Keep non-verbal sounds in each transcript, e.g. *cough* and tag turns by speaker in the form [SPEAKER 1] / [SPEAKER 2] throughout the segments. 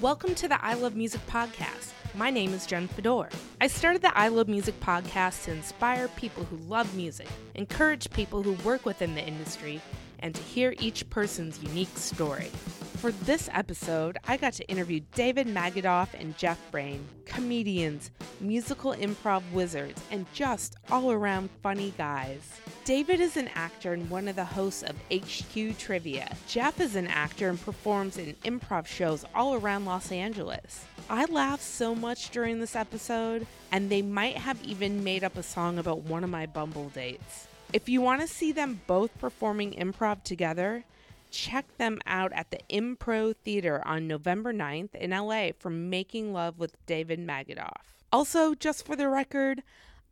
[SPEAKER 1] Welcome to the I Love Music podcast. My name is Jen Fedor. I started the I Love Music podcast to inspire people who love music, encourage people who work within the industry, and to hear each person's unique story. For this episode, I got to interview David Magadoff and Jeff Brain, comedians, musical improv wizards, and just all around funny guys. David is an actor and one of the hosts of HQ Trivia. Jeff is an actor and performs in improv shows all around Los Angeles. I laughed so much during this episode, and they might have even made up a song about one of my Bumble dates. If you want to see them both performing improv together, check them out at the Impro Theater on November 9th in LA for Making Love with David Magadoff. Also, just for the record,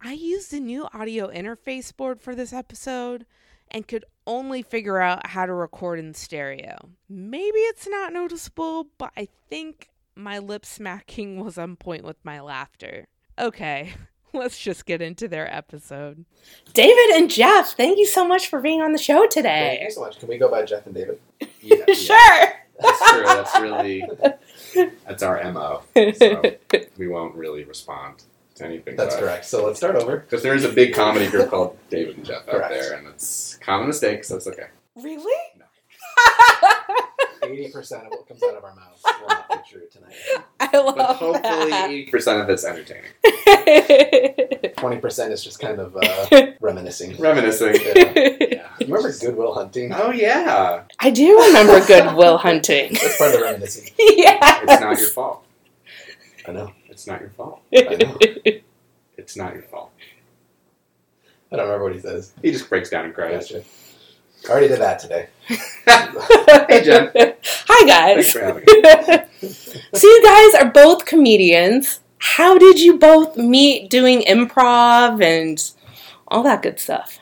[SPEAKER 1] I used a new audio interface board for this episode and could only figure out how to record in stereo. Maybe it's not noticeable, but I think my lip smacking *laughs* was on point with my laughter. Okay, *laughs* let's just get into their episode. David and Jeff, thank you so much for being on the show
[SPEAKER 2] Thank
[SPEAKER 1] today.
[SPEAKER 2] you so much. Can we go by Jeff and David?
[SPEAKER 3] *laughs* Yeah,
[SPEAKER 1] *laughs*
[SPEAKER 3] yeah.
[SPEAKER 1] Sure.
[SPEAKER 3] That's true. That's really that's our mo. So we won't really respond to
[SPEAKER 2] *laughs*
[SPEAKER 3] anything.
[SPEAKER 2] That's correct. So let's start over.
[SPEAKER 3] Because there is a big comedy
[SPEAKER 2] *laughs*
[SPEAKER 3] group called David and Jeff out
[SPEAKER 2] Correct.
[SPEAKER 3] there, and it's common mistakes. That's okay.
[SPEAKER 1] Really?
[SPEAKER 3] No.
[SPEAKER 2] Eighty percent of what comes out of our mouths will not be true tonight.
[SPEAKER 1] I love
[SPEAKER 3] But hopefully, *laughs* eighty percent of it's entertaining,
[SPEAKER 1] that.
[SPEAKER 2] Twenty percent is just kind of uh, reminiscing.
[SPEAKER 3] reminiscing.
[SPEAKER 2] Yeah. *laughs* yeah. You remember Goodwill
[SPEAKER 3] *laughs*
[SPEAKER 2] Hunting?
[SPEAKER 3] Oh yeah,
[SPEAKER 1] *laughs* I do remember Good
[SPEAKER 3] *laughs*
[SPEAKER 1] Will Hunting.
[SPEAKER 2] That's part of the reminiscing.
[SPEAKER 1] yeah. *laughs*
[SPEAKER 3] it's not your fault.
[SPEAKER 2] I know.
[SPEAKER 3] It's not your fault.
[SPEAKER 2] I know.
[SPEAKER 3] It's not your fault.
[SPEAKER 2] I don't remember what he says.
[SPEAKER 3] He just breaks down and cries.
[SPEAKER 2] Gotcha. I already did that today.
[SPEAKER 3] *laughs* Hey, Jen.
[SPEAKER 1] *laughs* Hi, guys.
[SPEAKER 3] Thanks for having me.
[SPEAKER 1] *laughs* so, you guys are both comedians. How did you both meet doing improv and all that good
[SPEAKER 3] *laughs*
[SPEAKER 1] stuff?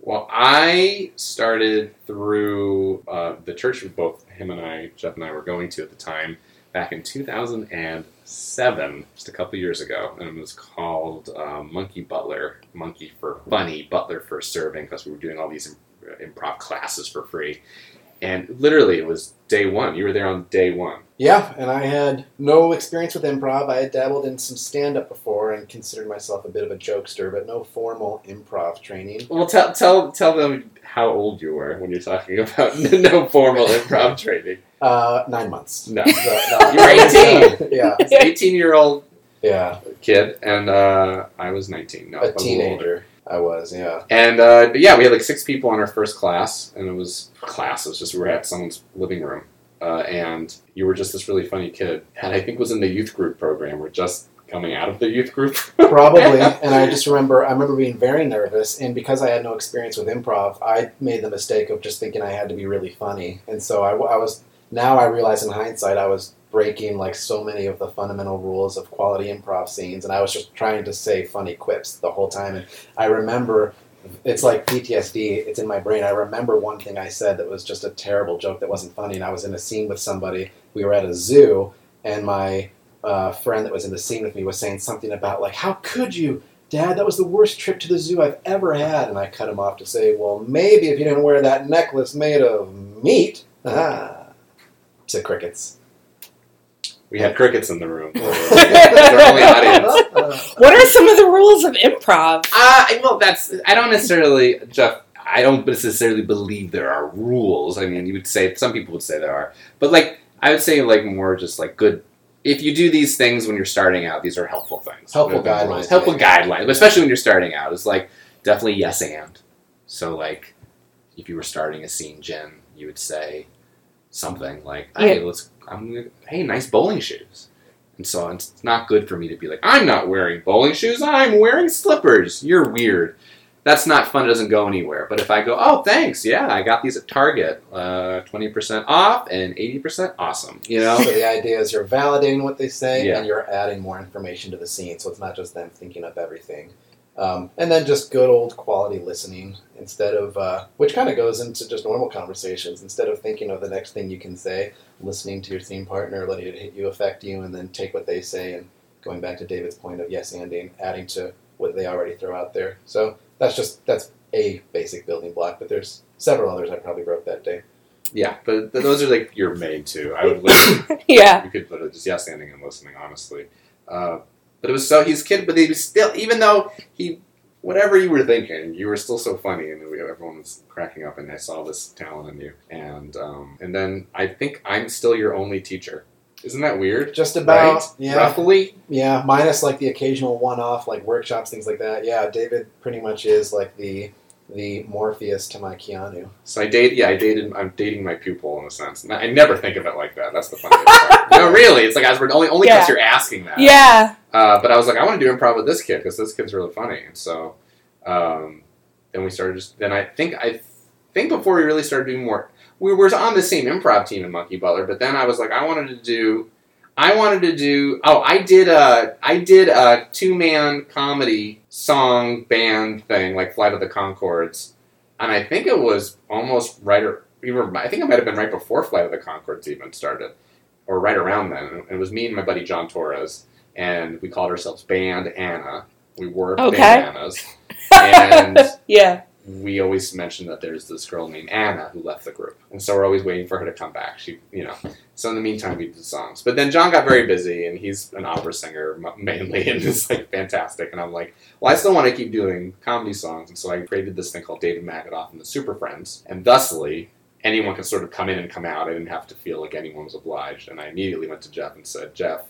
[SPEAKER 3] Well, I started through uh, the church that both him and I, Jeff and I, were going to at the time back in 2007, just a couple years ago, and it was called uh, Monkey Butler, Monkey for Funny, Butler for Serving, because we were doing all these im- improv classes for free. And literally, it was day one. You were there on day one.
[SPEAKER 2] Yeah, and I had no experience with improv. I had dabbled in some stand up before and considered myself a bit of a jokester, but no formal improv training.
[SPEAKER 3] Well, tell tell tell them how old you were when you're talking *laughs* about no formal improv training.
[SPEAKER 2] Uh, nine months.
[SPEAKER 3] No,
[SPEAKER 2] So, no,
[SPEAKER 3] You were 18.
[SPEAKER 2] uh, yeah,
[SPEAKER 3] it's 18 year old
[SPEAKER 2] yeah.
[SPEAKER 3] kid, and uh, I was 19. No, I
[SPEAKER 2] a
[SPEAKER 3] was little older.
[SPEAKER 2] teenager. I was, yeah.
[SPEAKER 3] And uh, but yeah, we had like six people on our first class, and it was class. It was just we were at someone's living room, uh, and you were just this really funny kid, and I think was in the youth group program. We're just coming out of the youth group. *laughs*
[SPEAKER 2] Probably. and I just remember, I remember being very nervous. And because I had no experience with improv, I made the mistake of just thinking I had to be really funny. And so I, I was, now I realize in hindsight, I was breaking like so many of the fundamental rules of quality improv scenes. And I was just trying to say funny quips the whole time. And I remember. It's like PTSD. It's in my brain. I remember one thing I said that was just a terrible joke that wasn't funny. And I was in a scene with somebody. We were at a zoo, and my uh, friend that was in the scene with me was saying something about like, "How could you, Dad? That was the worst trip to the zoo I've ever had." And I cut him off to say, "Well, maybe if you didn't wear that necklace made of meat." *laughs* Ah, to crickets.
[SPEAKER 3] we had crickets in the room. They were the only audience.
[SPEAKER 2] Uh-huh.
[SPEAKER 1] What are some of the rules of improv?
[SPEAKER 3] Uh, well, that's I don't necessarily Jeff. I don't necessarily believe there are rules. I mean, you would say some people would say there are, but like I would say like more just like good. If you do these things when you're starting out, these are helpful things.
[SPEAKER 2] Helpful
[SPEAKER 3] They're the
[SPEAKER 2] guidelines.
[SPEAKER 3] Helpful guidelines, especially when you're starting out. It's like definitely yes and. So like, if you were starting a scene, Jen, you would say something like, "Hey, let's. I'm gonna, hey, nice bowling shoes." And so on. it's not good for me to be like, I'm not wearing bowling shoes, I'm wearing slippers. You're weird. That's not fun, it doesn't go anywhere. But if I go, oh, thanks, yeah, I got these at Target, uh, 20% off and 80% awesome, you
[SPEAKER 2] so *laughs*
[SPEAKER 3] *laughs* know?
[SPEAKER 2] the idea is you're validating what they say
[SPEAKER 3] Yeah.
[SPEAKER 2] and you're adding more information to the scene, so it's not just them thinking up everything. Um, and then just good old quality listening instead of, uh, which kind of goes into just normal conversations. Instead of thinking of the next thing you can say, listening to your scene partner, letting it hit you, affect you, and then take what they say and going back to David's point of yes anding, adding to what they already throw out there. So that's just, that's a basic building block, but there's several others I probably wrote that day.
[SPEAKER 3] Yeah, but th- those are like your main two. I would listen.
[SPEAKER 4] yeah.
[SPEAKER 3] you could put it just yes standing and listening, honestly. Uh, but it was so he's kid, but he was still even though he whatever you were thinking, you were still so funny, and we, everyone was cracking up, and I saw this talent in you. And um, and then I think I'm still your only teacher. Isn't that weird?
[SPEAKER 2] Just about
[SPEAKER 3] Right?
[SPEAKER 2] yeah,
[SPEAKER 3] Roughly,
[SPEAKER 2] yeah. Minus like the occasional one-off like workshops, things like that. Yeah, David pretty much is like the the Morpheus to my Keanu. *laughs*
[SPEAKER 3] So I date, yeah, I dated. I'm dating my pupil in a sense. And I never think of it like that. That's the funny part. No, really, it's like I was only only because you're asking that.
[SPEAKER 4] Yeah.
[SPEAKER 3] Uh, but I was like, I want to do improv with this kid because this kid's really funny. And so, um, then we started. Just, then I think I think before we really started doing more, we were on the same improv team in Monkey Butler. But then I was like, I wanted to do, I wanted to do. Oh, I did a I did a two man comedy song band thing like Flight of the Concords, and I think it was almost right or even I think it might have been right before Flight of the Concords even started, or right around then. And It was me and my buddy John Torres, and we called ourselves Band Anna. We were
[SPEAKER 4] Okay.
[SPEAKER 3] Band Annas, and
[SPEAKER 4] yeah.
[SPEAKER 3] we always mention that there's this girl named Anna who left the group, and so we're always waiting for her to come back. She, you know. So in the meantime, we did songs. But then John got very busy, and he's an opera singer m- mainly, *laughs* and it's like fantastic. And I'm like, well, I still want to keep doing comedy songs, and so I created this thing called David Magadoff and the Super Friends, and thusly. Anyone could sort of come in and come out. I didn't have to feel like anyone was obliged. And I immediately went to Jeff and said, Jeff,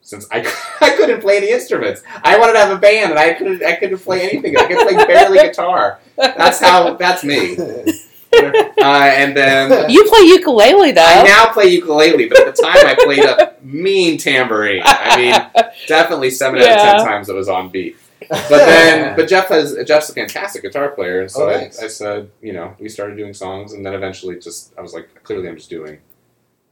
[SPEAKER 3] since I, *laughs* I couldn't play any instruments, I wanted to have a band and I couldn't, I couldn't play anything. I could play barely guitar. That's how. That's me. *laughs* Uh, and then
[SPEAKER 4] You play ukulele though.
[SPEAKER 3] I now play ukulele, but at the time I played a mean tambourine. I mean,
[SPEAKER 4] *laughs*
[SPEAKER 3] definitely seven out of
[SPEAKER 4] Yeah.
[SPEAKER 3] ten times it was on beat. But then, but Jeff has Jeff's a fantastic guitar player, and so
[SPEAKER 2] Oh,
[SPEAKER 3] I,
[SPEAKER 2] nice.
[SPEAKER 3] I said, you know, we started doing songs, and then eventually, just I was like, clearly, I'm just doing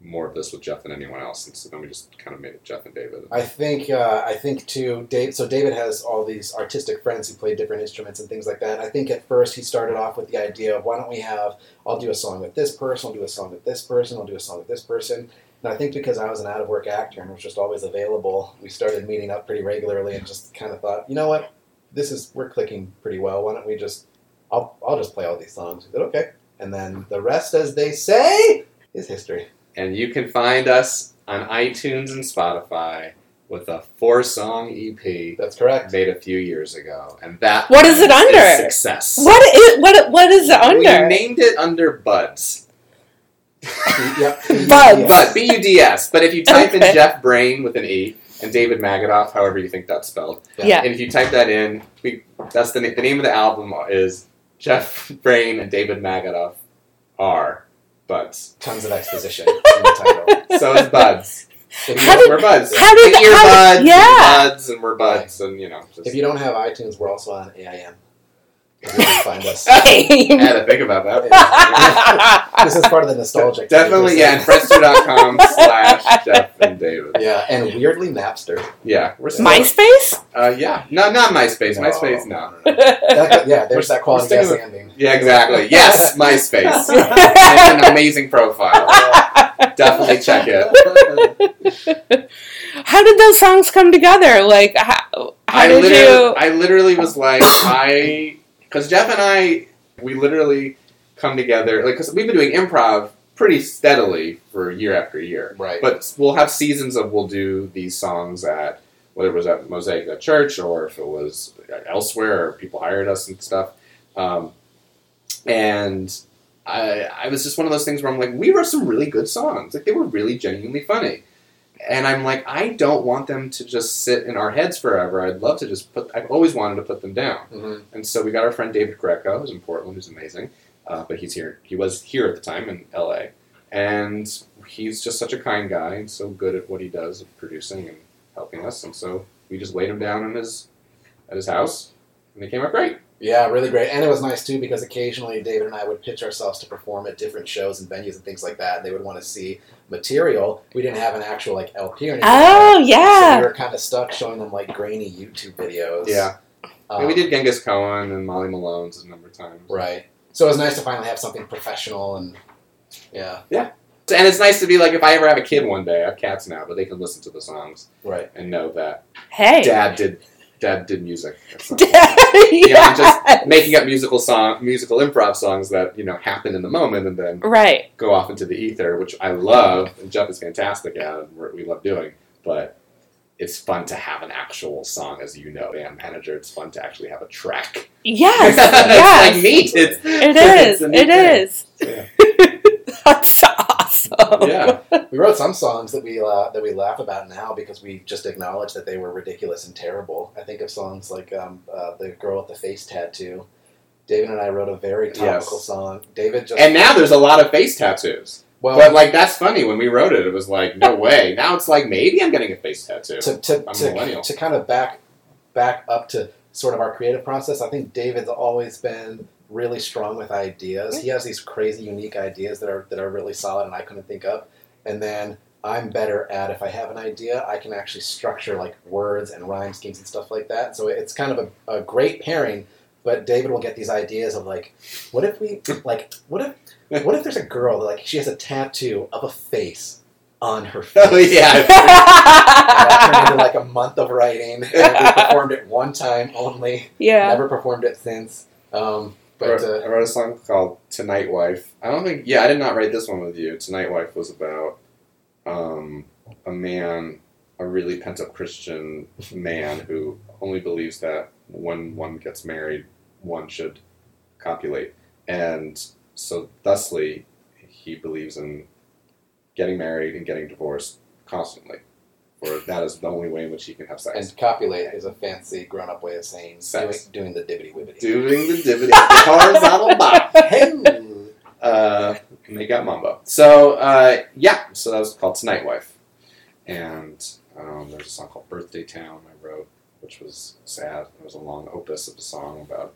[SPEAKER 3] more of this with Jeff than anyone else, and so then we just kind of made it Jeff and David.
[SPEAKER 2] I think uh, I think too. Dave, so David has all these artistic friends who play different instruments and things like that. I think at first he started off with the idea of why don't we have I'll do a song with this person, I'll do a song with this person, I'll do a song with this person. And I think because I was an out of work actor and was just always available, we started meeting up pretty regularly and just kind of thought, you know what, this is we're clicking pretty well. Why don't we just I'll I'll just play all these songs. He said okay, and then the rest, as they say, is history.
[SPEAKER 3] And you can find us on iTunes and Spotify with a E four song EP
[SPEAKER 2] That's correct.
[SPEAKER 3] made a few years ago. And that
[SPEAKER 4] What is it under?
[SPEAKER 3] success.
[SPEAKER 4] What is what? What is it
[SPEAKER 3] We
[SPEAKER 4] under?
[SPEAKER 3] named it under Buds.
[SPEAKER 2] yep. *laughs*
[SPEAKER 4] Buds.
[SPEAKER 2] Yeah.
[SPEAKER 3] Bud, B U D S. But if you type
[SPEAKER 4] Okay.
[SPEAKER 3] in Jeff Brain with an E and David Magadoff, however you think that's spelled,
[SPEAKER 4] yeah.
[SPEAKER 3] and if you type that in, we, that's the, na- the name of the album is Jeff Brain and David Magadoff are Buds.
[SPEAKER 2] tons of exposition in the title.
[SPEAKER 3] So it's Buds.
[SPEAKER 2] If you,
[SPEAKER 4] *laughs* How did-
[SPEAKER 3] we're buds.
[SPEAKER 4] how did-
[SPEAKER 3] Big ear
[SPEAKER 4] how did-
[SPEAKER 3] buds, and
[SPEAKER 4] yeah.
[SPEAKER 3] buds, and we're buds, and you know. Just,
[SPEAKER 2] if you don't have iTunes, we're also on AIM. You can find us.
[SPEAKER 3] *laughs* I had to think about
[SPEAKER 4] *laughs*
[SPEAKER 3] that.
[SPEAKER 4] Same.
[SPEAKER 2] This is part of the nostalgic.
[SPEAKER 3] Definitely, yeah, and friendster.com slash Jeff and David.
[SPEAKER 2] Yeah, and weirdly Napster.
[SPEAKER 3] Yeah, we're still,
[SPEAKER 4] MySpace.
[SPEAKER 3] Uh, yeah, no, not MySpace. MySpace, no.
[SPEAKER 2] That- yeah, there's that quality
[SPEAKER 3] We're
[SPEAKER 2] guest
[SPEAKER 3] sticking
[SPEAKER 2] ending.
[SPEAKER 3] Yeah,
[SPEAKER 4] *laughs*
[SPEAKER 3] exactly. Yes, MySpace.
[SPEAKER 4] How
[SPEAKER 1] *laughs*
[SPEAKER 3] It's an amazing profile. Definitely check it.
[SPEAKER 4] did those songs come together? Like, how, how
[SPEAKER 3] I
[SPEAKER 4] did
[SPEAKER 3] literally,
[SPEAKER 4] you?
[SPEAKER 3] I literally was like, I, because Jeff and I, we literally come together, like, because we've been doing improv pretty steadily for year after year.
[SPEAKER 2] *laughs* Right.
[SPEAKER 3] But we'll have seasons of we'll do these songs at whether it was at Mosaic at church or if it was elsewhere or people hired us and stuff. Um, and I, I was just one of those things where I'm like, we wrote some really good songs. Like they were really genuinely funny. And I'm like, I don't want them to just sit in our heads forever. I'd love to just put. I've always wanted to put them down.
[SPEAKER 2] Mhm.
[SPEAKER 3] And so we got our friend David Greco, who's in Portland, who's amazing, uh, but he's here. He was here at the time in L.A. And he's just such a kind guy and so good at what he does of producing and helping us. And so we just laid him down in his at his house, and they came up great.
[SPEAKER 2] Yeah, really great. And it was nice too because occasionally David and I would pitch ourselves to perform at different shows and venues and things like that. They would want to see material. We didn't have an actual like LP or anything.
[SPEAKER 4] Oh
[SPEAKER 2] So we
[SPEAKER 4] yeah.
[SPEAKER 2] were kind of stuck showing them like grainy YouTube videos.
[SPEAKER 3] Yeah,
[SPEAKER 2] Um,
[SPEAKER 3] And we did Genghis Cohen and Molly Malone's a number of times.
[SPEAKER 2] Right. So it was nice to finally have something professional and yeah,
[SPEAKER 3] And it's nice to be like, if I ever have a kid one day, I have cats now, but they can listen to the songs
[SPEAKER 2] right.
[SPEAKER 3] and know that
[SPEAKER 4] Hey.
[SPEAKER 3] Dad did Dad did music. That's not- You know,
[SPEAKER 1] yeah.
[SPEAKER 3] just making up musical song, musical improv songs that you know happen in the moment and then
[SPEAKER 1] Right.
[SPEAKER 3] go off into the ether, which I love. And Jeff is fantastic at, and we're, we love doing. But it's fun to have an actual song, as you know, band manager. It's fun to actually have a track.
[SPEAKER 1] Yes.
[SPEAKER 3] *laughs* it's
[SPEAKER 1] yes.
[SPEAKER 3] like meat. It's,
[SPEAKER 1] It
[SPEAKER 3] it's
[SPEAKER 1] is.
[SPEAKER 3] a neat
[SPEAKER 1] It
[SPEAKER 3] thing.
[SPEAKER 1] is. *laughs* That's awesome. *laughs*
[SPEAKER 3] Yeah,
[SPEAKER 2] We wrote some songs that we uh, that we laugh about now because we just acknowledged that they were ridiculous and terrible. I think of songs like um, uh, the girl with the face tattoo. David and I wrote a very topical
[SPEAKER 3] Yes.
[SPEAKER 2] song. David just
[SPEAKER 3] and now there's a lot of face tattoos.
[SPEAKER 2] well
[SPEAKER 3] But like that's funny. When we wrote it, it was like
[SPEAKER 1] *laughs*
[SPEAKER 3] no way. Now it's like maybe I'm getting a face tattoo.
[SPEAKER 2] to to,
[SPEAKER 3] I'm a
[SPEAKER 2] to,
[SPEAKER 3] millennial.
[SPEAKER 2] to kind of back back up to sort of our creative process. I think David's always been really strong with ideas. He has these crazy, unique ideas that are that are really solid, and I couldn't think up. And then I'm better at if I have an idea, I can actually structure like words and rhyme schemes and stuff like that. So it's kind of a, a great pairing. But David will get these ideas of like, what if
[SPEAKER 3] *laughs*
[SPEAKER 2] we like, what if, what if there's a girl that like she has a tattoo of a face on her face?
[SPEAKER 3] *laughs*
[SPEAKER 1] *laughs*
[SPEAKER 3] oh *laughs* yeah.
[SPEAKER 2] that turned into like a month of writing. *laughs* And we performed it one time only.
[SPEAKER 1] yeah.
[SPEAKER 2] Never performed it since. Um,
[SPEAKER 3] I wrote,
[SPEAKER 2] but uh,
[SPEAKER 3] I wrote a song called Tonight Wife. I don't think, yeah, I did not write this one with you. Tonight Wife was about um, a man, a really pent up Christian man who only believes that when one gets married, one should copulate. And so, thusly, he believes in getting married and getting divorced constantly. For that is the only way in which he can have sex.
[SPEAKER 2] and copulate is a fancy grown-up way of saying doing,
[SPEAKER 3] Sex.
[SPEAKER 2] doing the dibbity wibbity.
[SPEAKER 3] Doing the dividend, the horizontal box.
[SPEAKER 2] Hey!
[SPEAKER 3] uh, and they got Mambo. So uh, yeah, so that was called Tonight Wife, and um, there's a song called Birthday Town I wrote, which was sad. It was a long opus of a song about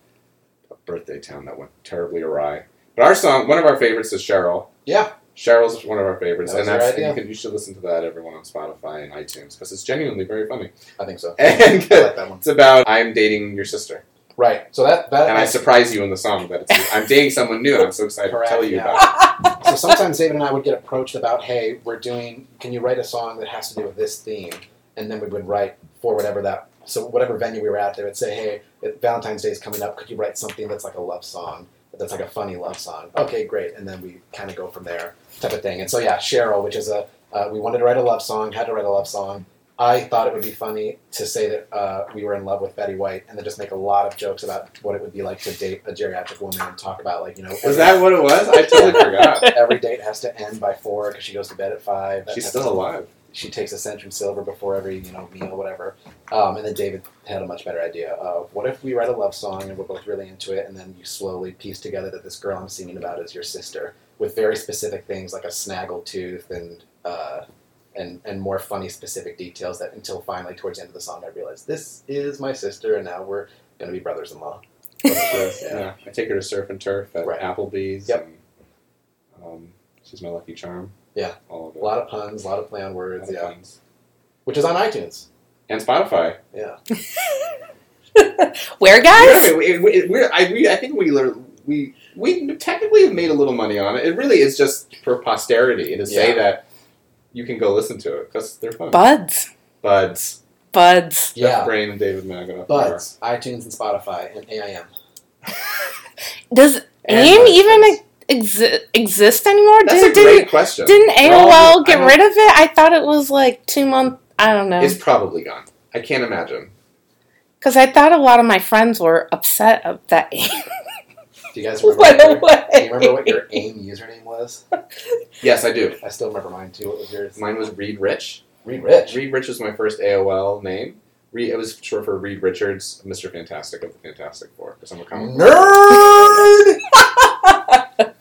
[SPEAKER 3] a birthday town that went terribly awry. But our song, one of our favorites, is Cheryl.
[SPEAKER 2] Yeah.
[SPEAKER 3] Cheryl's one of our favorites,
[SPEAKER 2] That was
[SPEAKER 3] and that's
[SPEAKER 2] her idea.
[SPEAKER 3] you, can, you should listen to that everyone on Spotify and iTunes because it's genuinely very funny.
[SPEAKER 2] I think so.
[SPEAKER 3] *laughs* And
[SPEAKER 2] I like that one.
[SPEAKER 3] it's about I'm dating your sister,
[SPEAKER 2] Right. So that that
[SPEAKER 3] and Uh, I surprise you in the song that it's, I'm dating someone new. and I'm so excited to tell you
[SPEAKER 2] Correct,
[SPEAKER 3] about. it.
[SPEAKER 2] so sometimes David and I would get approached about, hey, we're doing, can you write a song that has to do with this theme? And then we would write for whatever that, so whatever venue we were at, they would say, hey, if Valentine's Day is coming up. Could you write something that's like a love song, that's like a funny love song? Okay, great. And then we kind of go from there, type of thing. And so yeah, Cheryl, which is a, uh, we wanted to write a love song, had to write a love song. I thought it would be funny to say that uh, we were in love with Betty White, and then just make a lot of jokes about what it would be like to date a geriatric woman and talk about like you know
[SPEAKER 3] Was that what it was? I *laughs* totally forgot.
[SPEAKER 2] every date has to end by four because she goes to bed at five. That
[SPEAKER 3] She's
[SPEAKER 2] type of
[SPEAKER 3] still
[SPEAKER 2] thing.
[SPEAKER 3] alive.
[SPEAKER 2] She takes a Centrum Silver before every you know meal, whatever. Um, and then David had a much better idea of what if we write a love song and we're both really into it, and then you slowly piece together that this girl I'm singing about is your sister, with very specific things like a snaggle tooth and. Uh, and, and more funny specific details that until finally towards the end of the song I realized this is my sister and now we're gonna be brothers in law.
[SPEAKER 3] yeah. I take her to surf and turf at
[SPEAKER 2] Right.
[SPEAKER 3] Applebee's.
[SPEAKER 2] Yep.
[SPEAKER 3] And, um, she's my lucky charm.
[SPEAKER 2] Yeah.
[SPEAKER 3] All of
[SPEAKER 2] A
[SPEAKER 3] it.
[SPEAKER 2] lot of puns, a lot of play on
[SPEAKER 3] A lot
[SPEAKER 2] words,
[SPEAKER 3] of
[SPEAKER 2] yeah.
[SPEAKER 3] puns.
[SPEAKER 2] Which is on iTunes.
[SPEAKER 3] And Spotify.
[SPEAKER 2] Yeah.
[SPEAKER 1] Where,
[SPEAKER 3] We're-
[SPEAKER 1] guys?
[SPEAKER 3] we- we- we're- I, we, I think we lear- we we technically have made a little money on it. It really is just for posterity to say
[SPEAKER 2] Yeah.
[SPEAKER 3] that you can go listen to it because they're fun.
[SPEAKER 1] Buds.
[SPEAKER 3] Buds.
[SPEAKER 1] Buds.
[SPEAKER 3] Jeff
[SPEAKER 2] Yeah.
[SPEAKER 3] Brain and David Maganoff.
[SPEAKER 2] But iTunes and Spotify and AIM.
[SPEAKER 1] Does
[SPEAKER 3] And
[SPEAKER 1] AIM
[SPEAKER 3] MySpace.
[SPEAKER 1] even exi- exist anymore?
[SPEAKER 3] That's a
[SPEAKER 1] Did-
[SPEAKER 3] great question.
[SPEAKER 1] didn't, didn't
[SPEAKER 3] They're all-
[SPEAKER 1] AOL
[SPEAKER 3] I
[SPEAKER 1] get
[SPEAKER 3] don't-
[SPEAKER 1] rid of it? I thought it was like two month. I don't know.
[SPEAKER 3] It's probably gone. I can't imagine.
[SPEAKER 1] Because I thought a lot of my friends were upset of that *laughs* AIM
[SPEAKER 2] Do you
[SPEAKER 3] *laughs*
[SPEAKER 2] guys remember?
[SPEAKER 1] went
[SPEAKER 2] what
[SPEAKER 1] away.
[SPEAKER 2] your- do you remember what your AIM username was?
[SPEAKER 3] Yes, I do.
[SPEAKER 2] I still remember mine too. What was yours?
[SPEAKER 3] Mine was Reed Rich.
[SPEAKER 2] Reed Rich.
[SPEAKER 3] Reed Rich was my first AOL name. Reed, it was short for Reed Richards, Mr. Fantastic of the Fantastic Four, because I'm a comic.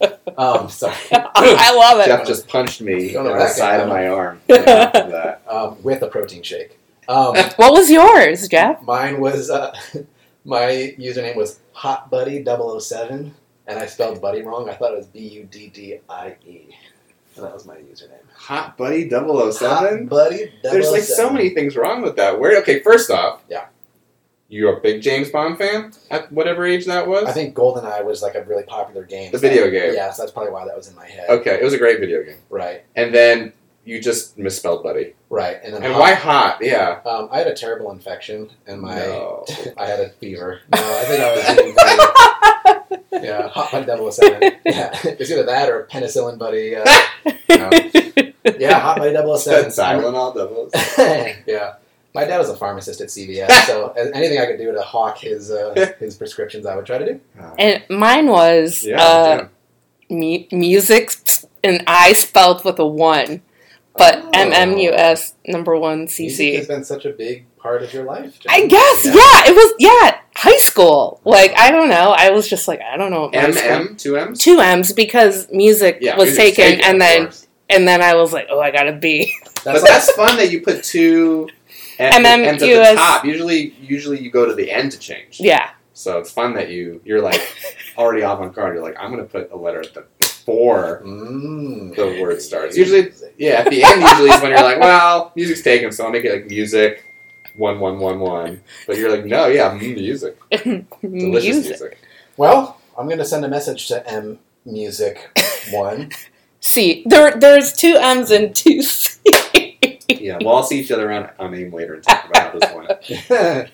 [SPEAKER 3] *laughs*
[SPEAKER 2] Nerd. um, sorry.
[SPEAKER 1] I love it.
[SPEAKER 3] Jeff just punched me
[SPEAKER 2] Don't
[SPEAKER 3] on
[SPEAKER 2] know
[SPEAKER 3] the
[SPEAKER 2] that
[SPEAKER 3] side
[SPEAKER 2] guy.
[SPEAKER 3] of
[SPEAKER 2] *laughs*
[SPEAKER 3] my arm. Yeah, that.
[SPEAKER 2] Um, with a protein shake.
[SPEAKER 3] *laughs*
[SPEAKER 2] Um,
[SPEAKER 1] What was yours, Jeff?
[SPEAKER 2] mine was uh, *laughs* my username was Hot Buddy 007, and I spelled buddy wrong. I thought it was B U D D I E, and that was my username.
[SPEAKER 3] Hot Buddy 007?
[SPEAKER 2] Hot Buddy. 007.
[SPEAKER 3] There's like so many things wrong with that. Where okay, first off,
[SPEAKER 2] Yeah.
[SPEAKER 3] you're a big James Bond fan at whatever age that was.
[SPEAKER 2] I think GoldenEye was like a really popular game.
[SPEAKER 3] The video game.
[SPEAKER 2] Yeah, so that's probably why that was in my head.
[SPEAKER 3] okay, it was a great video game,
[SPEAKER 2] Right.
[SPEAKER 3] and then
[SPEAKER 5] you just misspelled buddy.
[SPEAKER 2] right. And then
[SPEAKER 5] And
[SPEAKER 2] hot-
[SPEAKER 5] why hot? Yeah.
[SPEAKER 2] Um, I had a terrible infection, and my
[SPEAKER 3] *laughs*
[SPEAKER 5] No.
[SPEAKER 2] *laughs* I had a fever. No, I think I was eating buddy.
[SPEAKER 3] *laughs*
[SPEAKER 2] yeah, hot buddy double oh seven. Yeah, it's either that or penicillin buddy. Uh, yeah, hot buddy double oh seven.
[SPEAKER 5] Silent all doubles.
[SPEAKER 2] *laughs* yeah. My dad was a pharmacist at CVS, so a- anything I could do to hawk his
[SPEAKER 3] *laughs*
[SPEAKER 2] uh, his prescriptions, I would try to do.
[SPEAKER 1] And mine was
[SPEAKER 5] Yeah.
[SPEAKER 1] uh, mu- music, s- and I spelled with a one, but
[SPEAKER 2] Oh.
[SPEAKER 1] MMUS number one
[SPEAKER 2] Music has
[SPEAKER 1] CC.
[SPEAKER 2] been such a big part of your life. Jen.
[SPEAKER 1] I guess,
[SPEAKER 2] Yeah.
[SPEAKER 1] yeah. it was, yeah, high school. Like, I don't know. I was just like, I don't know. what my
[SPEAKER 3] M
[SPEAKER 1] school-
[SPEAKER 3] M two M's.
[SPEAKER 1] Two M's because music
[SPEAKER 3] Yeah,
[SPEAKER 1] was
[SPEAKER 3] music's
[SPEAKER 1] taken, and
[SPEAKER 3] of
[SPEAKER 1] then
[SPEAKER 3] course.
[SPEAKER 1] and then I was like, oh, I got a B.
[SPEAKER 3] but
[SPEAKER 2] *laughs*
[SPEAKER 3] that's fun that you put two M
[SPEAKER 1] MM
[SPEAKER 3] M's at the
[SPEAKER 1] US.
[SPEAKER 3] top. Usually, usually you go to the end to
[SPEAKER 1] *laughs*
[SPEAKER 3] change.
[SPEAKER 1] yeah,
[SPEAKER 3] So it's fun that you you're like already off on guard. You're like, I'm gonna put a letter at the before
[SPEAKER 2] Mm.
[SPEAKER 5] The word starts.
[SPEAKER 3] Usually- yeah, at the end usually is when you're like, well, music's taken, so I'll make it like music one one one one. But you're like, no, yeah, mm, music, delicious music.
[SPEAKER 1] music.
[SPEAKER 2] Well, I'm gonna send a message to M Music One.
[SPEAKER 5] *laughs*
[SPEAKER 1] See, there, there's two M's and two *laughs* C.
[SPEAKER 3] Yeah, we'll all see each other on on AIM later and talk about how this went.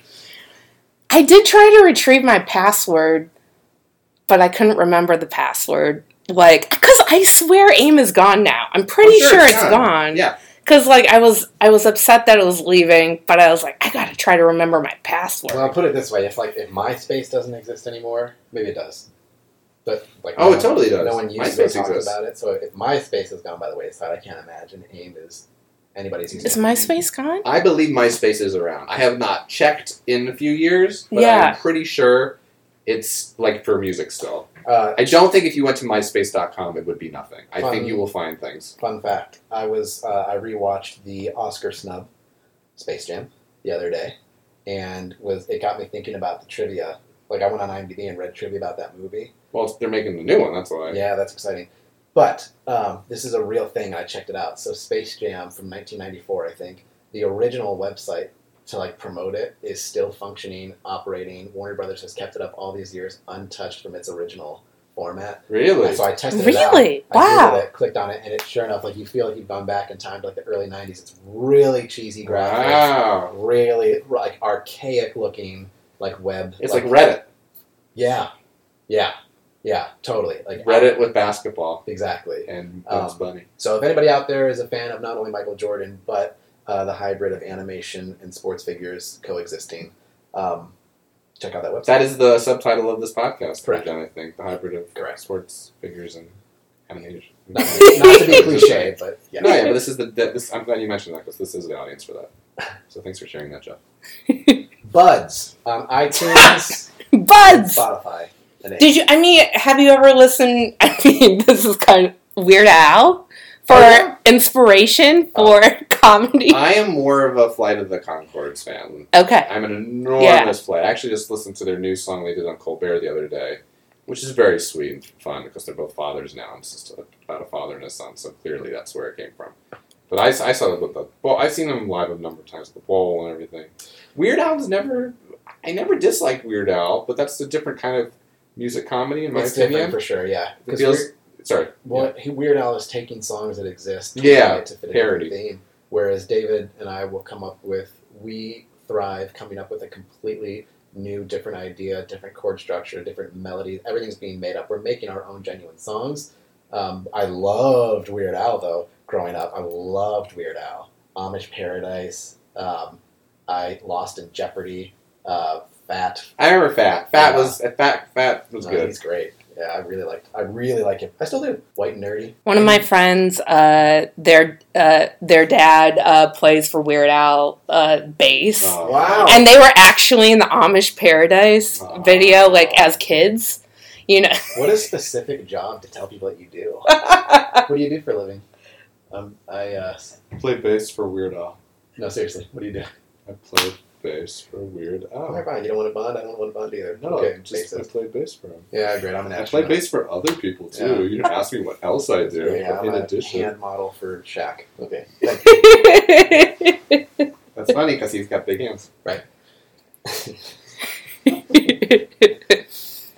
[SPEAKER 1] I did try to retrieve my password, but I couldn't remember the password. Like, because I swear AIM is gone now. I'm *laughs* pretty
[SPEAKER 3] I'm Oh, sure
[SPEAKER 1] sure,
[SPEAKER 3] it's
[SPEAKER 1] it's
[SPEAKER 3] gone.
[SPEAKER 1] gone.
[SPEAKER 3] Yeah.
[SPEAKER 1] Because like I was, I was upset that it was leaving, but I was like, I gotta try to remember my password.
[SPEAKER 2] Well, I'll put it this way: if like if MySpace doesn't exist anymore, maybe it does. But like,
[SPEAKER 3] Oh,
[SPEAKER 2] no-
[SPEAKER 3] it totally does.
[SPEAKER 2] No one uses
[SPEAKER 5] MySpace
[SPEAKER 2] it talks
[SPEAKER 5] exists.
[SPEAKER 2] about it. So if MySpace has gone by the wayside, I can't imagine AIM is anybody's using.
[SPEAKER 1] is MySpace
[SPEAKER 3] *laughs*
[SPEAKER 1] gone?
[SPEAKER 3] I believe MySpace is around. I have not checked in a few years, but
[SPEAKER 1] Yeah.
[SPEAKER 3] I'm pretty sure it's like for music still.
[SPEAKER 2] Uh,
[SPEAKER 3] I don't think if you went to MySpace.com, it would be nothing. I
[SPEAKER 2] Fun.
[SPEAKER 3] think you will find things.
[SPEAKER 2] fun fact: I was uh, I rewatched the Oscar snub, Space Jam, the other day, and was it got me thinking about the trivia. Like I went on IMDb and read trivia about that movie.
[SPEAKER 3] Well, they're making the new one. That's why.
[SPEAKER 2] Yeah, that's exciting. But um, this is a real thing. and I checked it out. So Space Jam from 1994, I think, the original website to like promote it is still functioning, operating. Warner Brothers has kept it up all these years, untouched from its original format.
[SPEAKER 3] Really?
[SPEAKER 2] So I tested it out.
[SPEAKER 1] Really?
[SPEAKER 2] I Googled
[SPEAKER 1] Wow.
[SPEAKER 2] it, clicked on it, and it sure enough, like you feel like you've gone back in time to like the early '90s. It's really cheesy graphics,
[SPEAKER 3] Wow.
[SPEAKER 2] really like archaic looking, like web.
[SPEAKER 3] It's like Reddit.
[SPEAKER 2] yeah, yeah, yeah, totally. Like
[SPEAKER 3] Reddit with basketball
[SPEAKER 2] exactly.
[SPEAKER 3] and Bugs
[SPEAKER 2] Um,
[SPEAKER 3] Bunny.
[SPEAKER 2] So if anybody out there is a fan of not only Michael Jordan but uh, the hybrid of animation and sports figures coexisting, um, check out that website. *laughs*
[SPEAKER 3] That is the subtitle of this podcast.
[SPEAKER 2] Correct.
[SPEAKER 3] Jen, I think the hybrid of
[SPEAKER 2] Correct.
[SPEAKER 3] sports figures and
[SPEAKER 2] *laughs*
[SPEAKER 3] animation.
[SPEAKER 2] Not, not to be cliche, but yeah.
[SPEAKER 3] No, yeah, but this is the this. I'm glad you mentioned that because this is the audience for that. So thanks for sharing that, Jeff.
[SPEAKER 2] Buds on iTunes,
[SPEAKER 1] *laughs* Buds.
[SPEAKER 2] Spotify. and
[SPEAKER 1] Did you? I mean, have you ever listened? *laughs* I mean, this is kind of Weird Al for
[SPEAKER 3] Oh, yeah. Uh,
[SPEAKER 1] inspiration for *laughs* comedy.
[SPEAKER 3] I am more of a Flight of the Concords fan.
[SPEAKER 1] okay.
[SPEAKER 3] I'm an enormous flight. I actually just listened to their new song they did on Colbert the other day, which is very sweet and fun because they're both fathers now. and It's just about a father and a son, so clearly that's where it came from. But I, I saw them with the well, I've seen them live a number of times, at the bowl and everything. Weird Al's never. I never disliked Weird Al, but that's a different kind of music comedy in my
[SPEAKER 2] It's different
[SPEAKER 3] opinion.
[SPEAKER 2] for sure, yeah.
[SPEAKER 3] It
[SPEAKER 2] Because
[SPEAKER 3] feels sorry.
[SPEAKER 2] Weird, he- Weird Al is taking songs that exist,
[SPEAKER 3] Yeah,
[SPEAKER 2] trying to fit into
[SPEAKER 3] parody.
[SPEAKER 2] the theme. Whereas David and I will come up with we thrive coming up with a completely new, different idea, different chord structure, different melodies. Everything's being made up. We're making our own genuine songs. Um, I loved Weird Al though growing up. I loved Weird Al. Amish Paradise. Um, I Lost in Jeopardy. Uh, Fat
[SPEAKER 3] I remember Fat. Fat
[SPEAKER 2] Yeah.
[SPEAKER 3] was Fat. Fat was
[SPEAKER 2] No,
[SPEAKER 3] good.
[SPEAKER 2] He's great. Yeah, I really liked. I really like him. I still do. White and nerdy.
[SPEAKER 1] One of my friends, uh, their uh, their dad uh, plays for Weird Al uh, bass,
[SPEAKER 3] Oh.
[SPEAKER 2] Wow.
[SPEAKER 1] and they were actually in the Amish Paradise
[SPEAKER 3] Oh.
[SPEAKER 1] video, like as kids. *laughs* You know,
[SPEAKER 2] What a specific job to tell people that you
[SPEAKER 3] *laughs*
[SPEAKER 2] do. what do you do for a living? Um, I uh,
[SPEAKER 3] Play bass for Weird Al.
[SPEAKER 2] no, seriously. What do you do?
[SPEAKER 3] I played bass for Weird
[SPEAKER 2] Oh,
[SPEAKER 3] Al.
[SPEAKER 2] never mind. You don't want to bond. I don't want to bond either.
[SPEAKER 3] No,
[SPEAKER 2] okay,
[SPEAKER 3] just I
[SPEAKER 2] basis.
[SPEAKER 3] played bass for him.
[SPEAKER 2] Yeah, great. I'm an
[SPEAKER 3] I play
[SPEAKER 2] astronaut.
[SPEAKER 3] bass for other people too.
[SPEAKER 2] Yeah.
[SPEAKER 3] You didn't ask me what else I do
[SPEAKER 2] Yeah, I'm
[SPEAKER 3] in
[SPEAKER 2] a
[SPEAKER 3] addition.
[SPEAKER 2] hand model for Shaq. Okay.
[SPEAKER 3] *laughs* That's funny because he's got big hands.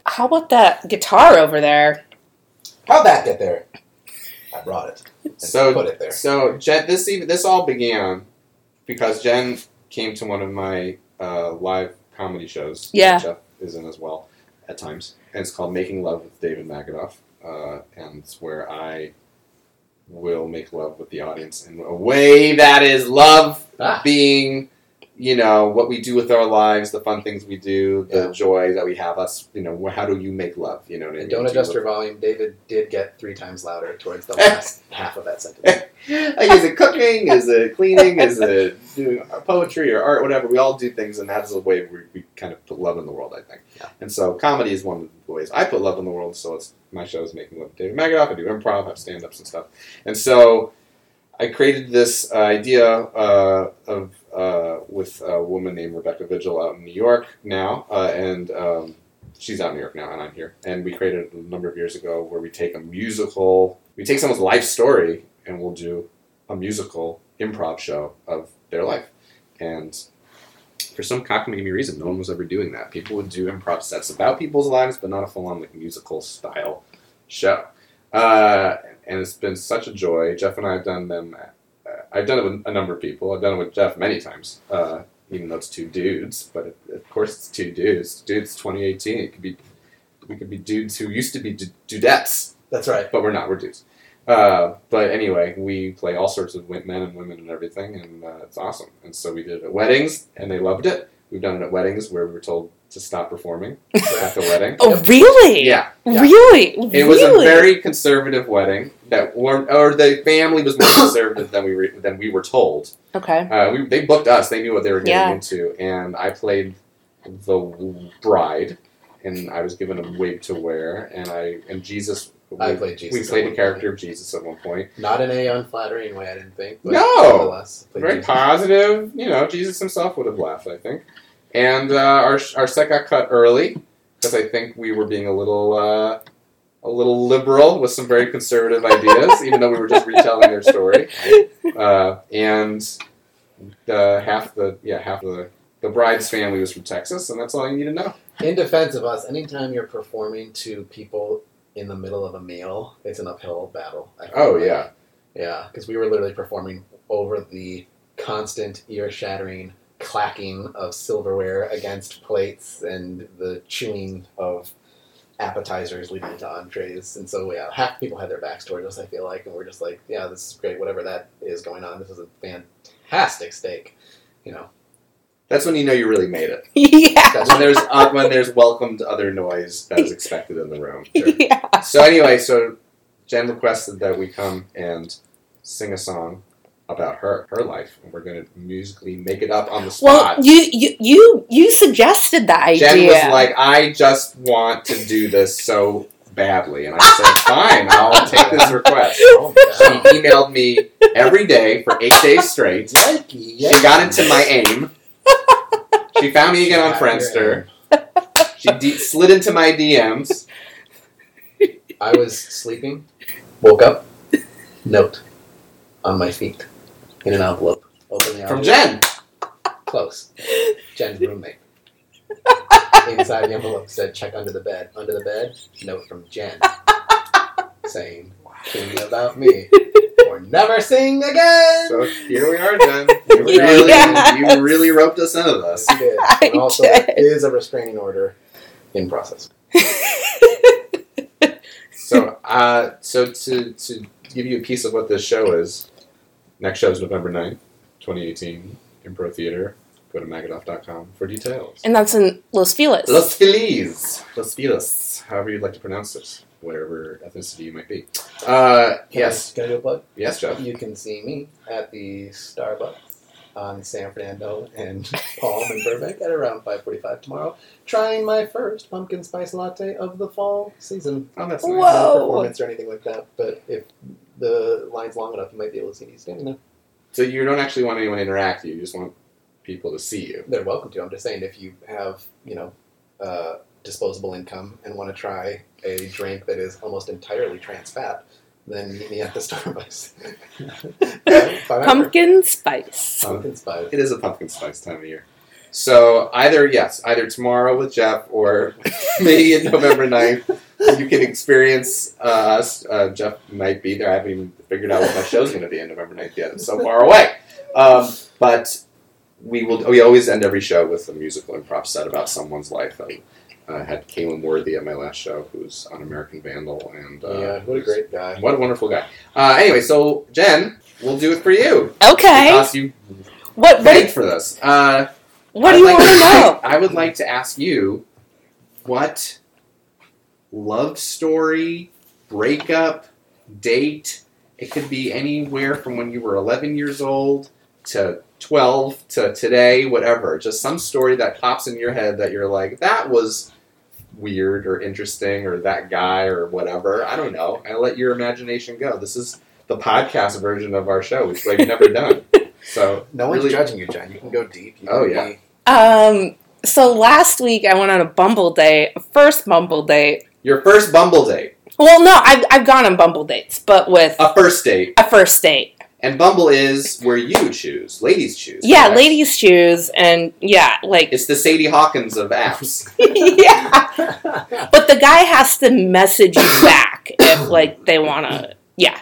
[SPEAKER 1] how about that guitar over there?
[SPEAKER 2] How'd that get there? I brought it. And
[SPEAKER 3] So-
[SPEAKER 2] put it there.
[SPEAKER 3] So Jen, this even this all began because Jen came to one of my uh, live comedy shows.
[SPEAKER 1] Yeah.
[SPEAKER 3] Jeff is in as well at times, and it's called Making Love with David Magadoff, uh, and it's where I will make love with the audience in a way that is love
[SPEAKER 6] Ah.
[SPEAKER 3] being. You know what we do with our lives, the fun things we do, the
[SPEAKER 2] Yeah.
[SPEAKER 3] joy that we have. Us, you know, how do you make love? You know, what I
[SPEAKER 2] And
[SPEAKER 3] mean?
[SPEAKER 2] don't
[SPEAKER 3] Do
[SPEAKER 2] adjust
[SPEAKER 3] you-
[SPEAKER 2] your volume. David did get three times louder towards
[SPEAKER 3] *laughs*
[SPEAKER 2] the last half of that sentence.
[SPEAKER 3] like, *laughs* is it cooking? Is it cleaning? Is it doing poetry or art? Whatever. We all do things, and that's the way we, we kind of put love in the world, I think.
[SPEAKER 2] Yeah.
[SPEAKER 3] And so comedy is one of the ways I put love in the world. So it's my show is making love with David Magadoff. I do improv, I have stand ups and stuff. And so I created this uh, idea uh, of uh, with a woman named Rebecca Vigil out in New York now, uh, and um, she's out in New York now, and I'm here. And we created a number of years ago where we take a musical, we take someone's life story, and we'll do a musical improv show of their life. And for some cockamamie reason, no one was ever doing that. People would do improv sets about people's lives, but not a full-on like musical style show. Uh, and it's been such a joy. Jeff and I have done them. Uh, I've done it with a number of people. I've done it with Jeff many times, uh, even though it's two dudes. But it, of course, it's two dudes. Dudes 2018. It could be we could be dudes who used to be d- dudettes,
[SPEAKER 2] That's
[SPEAKER 3] *laughs*
[SPEAKER 2] right.
[SPEAKER 3] but we're not. We're dudes. Uh, but anyway, we play all sorts of wi- men and women and everything, and uh, it's awesome. And so we did it at weddings, and they loved it. We've done it at weddings where we were told to stop performing at the wedding.
[SPEAKER 1] Oh, really?
[SPEAKER 3] Yeah, yeah.
[SPEAKER 1] Really?
[SPEAKER 3] It was
[SPEAKER 1] really?
[SPEAKER 3] a very conservative wedding that were, or the family was more conservative than we re, than we were told. *laughs*
[SPEAKER 1] okay.
[SPEAKER 3] Uh, we, they booked us; they knew what they were getting
[SPEAKER 1] Yeah.
[SPEAKER 3] into, and I played the bride, and I was given a wig to wear, and I and Jesus.
[SPEAKER 2] I
[SPEAKER 3] we-
[SPEAKER 2] played Jesus
[SPEAKER 3] We
[SPEAKER 2] at
[SPEAKER 3] played
[SPEAKER 2] one
[SPEAKER 3] the character of Jesus at one point.
[SPEAKER 2] Not in a unflattering way, I didn't think. But
[SPEAKER 3] No!
[SPEAKER 2] nonetheless, please
[SPEAKER 3] Very
[SPEAKER 2] do.
[SPEAKER 3] positive, you know. Jesus himself would have laughed, I think. And uh, our our set got cut early because I think we were being a little. Uh, a little liberal with some very conservative ideas, even though we were just retelling their *laughs* story. Uh, and the half the yeah half the the bride's family was from Texas, and that's all you need to know.
[SPEAKER 2] In defense of us, anytime you're performing to people in the middle of a meal, it's an uphill battle. I feel
[SPEAKER 3] Oh
[SPEAKER 2] like.
[SPEAKER 3] yeah,
[SPEAKER 2] Yeah, because we were literally performing over the constant ear shattering clacking of silverware against plates and the chewing of appetizers leading to entrees. And so, yeah, half the people had their backs towards us, I feel like, and we're just like, yeah, this is great, whatever that is going on. This is a fantastic steak. You know,
[SPEAKER 3] that's when you know you really made it.
[SPEAKER 1] yeah.
[SPEAKER 3] When there's uh, when there's welcomed other noise that *laughs* is expected in the room.
[SPEAKER 1] Yeah.
[SPEAKER 3] So anyway, so Jen requested that we come and sing a song about her her life, and we're gonna musically make it up on the spot.
[SPEAKER 1] Well, you, you you you suggested the idea.
[SPEAKER 3] Jen was
[SPEAKER 1] *laughs*
[SPEAKER 3] like, I just want to do this so badly. And I said, fine, I'll take this request.
[SPEAKER 2] oh,
[SPEAKER 3] She
[SPEAKER 2] yeah.
[SPEAKER 3] emailed me every day for eight days straight.
[SPEAKER 2] Yikey,
[SPEAKER 3] She got into my aim. She found me again on Friendster. She de- slid into my DMs.
[SPEAKER 2] I was sleeping, woke up, note on my feet in an envelope. Open the envelope.
[SPEAKER 3] From Jen.
[SPEAKER 2] Close. Jen's roommate. Inside the envelope said, check under the bed. Under the bed, note from Jen saying, thinking about me or never sing again.
[SPEAKER 3] *laughs* So here we are, Jen.
[SPEAKER 1] *laughs*
[SPEAKER 3] You really,
[SPEAKER 1] Yeah.
[SPEAKER 3] you really roped us into this.
[SPEAKER 2] Yes, you did. And
[SPEAKER 1] I
[SPEAKER 2] also,
[SPEAKER 1] did.
[SPEAKER 2] there is a restraining order in process.
[SPEAKER 3] So, uh, so to, to give you a piece of what this show is, next show is November 9th, 2018, Impro Theater. Go to magadoff.com for details.
[SPEAKER 1] and that's in Los Feliz.
[SPEAKER 3] Los Feliz. Los Feliz. However you'd like to pronounce this, whatever ethnicity you might be. Uh,
[SPEAKER 2] Can I-
[SPEAKER 3] yes.
[SPEAKER 2] Can I do a plug?
[SPEAKER 3] Yes, Jeff.
[SPEAKER 2] You can see me at the Starbucks on San Fernando and *laughs* Palm in Burbank at around 5:45 tomorrow, trying my first pumpkin spice latte of the fall season.
[SPEAKER 3] Oh, that's nice.
[SPEAKER 1] Whoa.
[SPEAKER 2] Not
[SPEAKER 1] Oh.
[SPEAKER 2] a performance or anything like that, but if the line's long enough, you might be able to see me standing there.
[SPEAKER 3] So you don't actually want anyone to interact with you. You just want people to see you.
[SPEAKER 2] They're welcome to. I'm just saying, if you have you know uh, disposable income and want to try a drink that is almost entirely trans fat, then meet me at the *laughs* Starbucks. Five hour.
[SPEAKER 1] Pumpkin spice.
[SPEAKER 2] pumpkin spice.
[SPEAKER 3] It is a pumpkin spice time of year. *laughs* So either yes, either tomorrow with Jeff or maybe in November 9th you can experience uh, us. Uh, Jeff might be there. I haven't even figured out what my show's going to be on November 9th yet. It's so far away. Um, but we will. We always end every show with a musical improv set about someone's life. I uh, had Caitlin Worthy at my last show, who's on American Vandal, and uh,
[SPEAKER 2] yeah, what a great guy.
[SPEAKER 3] what a wonderful guy. Uh, anyway, so Jen, we'll do it for you.
[SPEAKER 1] Okay.
[SPEAKER 3] Because you
[SPEAKER 1] What
[SPEAKER 3] begged
[SPEAKER 1] what
[SPEAKER 3] for this. Uh,
[SPEAKER 1] what
[SPEAKER 3] I'd
[SPEAKER 1] do you
[SPEAKER 3] like
[SPEAKER 1] want to know?
[SPEAKER 3] *laughs* I would like to ask you what love story, breakup, date, it could be anywhere from when you were 11 years old to 12 to today, whatever. Just some story that pops in your head that you're like, that was weird or interesting or that guy or whatever. I don't know. I let your imagination go. This is the podcast version of our show, which we've never
[SPEAKER 1] *laughs*
[SPEAKER 3] done. So,
[SPEAKER 2] No one's
[SPEAKER 3] really-
[SPEAKER 2] judging you, Jen. You can go deep. You
[SPEAKER 3] Oh,
[SPEAKER 2] can
[SPEAKER 3] yeah.
[SPEAKER 2] be-
[SPEAKER 1] Um so last week I went on a Bumble date, a first Bumble date.
[SPEAKER 3] your first Bumble date,
[SPEAKER 1] Well, no, I've I've gone on Bumble dates, but with
[SPEAKER 3] a first date.
[SPEAKER 1] a first date.
[SPEAKER 3] And Bumble is where you choose. Ladies choose.
[SPEAKER 1] Yeah,
[SPEAKER 3] correct?
[SPEAKER 1] ladies choose and yeah, like *laughs*
[SPEAKER 3] It's the Sadie Hawkins of apps. *laughs*
[SPEAKER 1] yeah. But the guy has to message you back if like they want to. Yeah,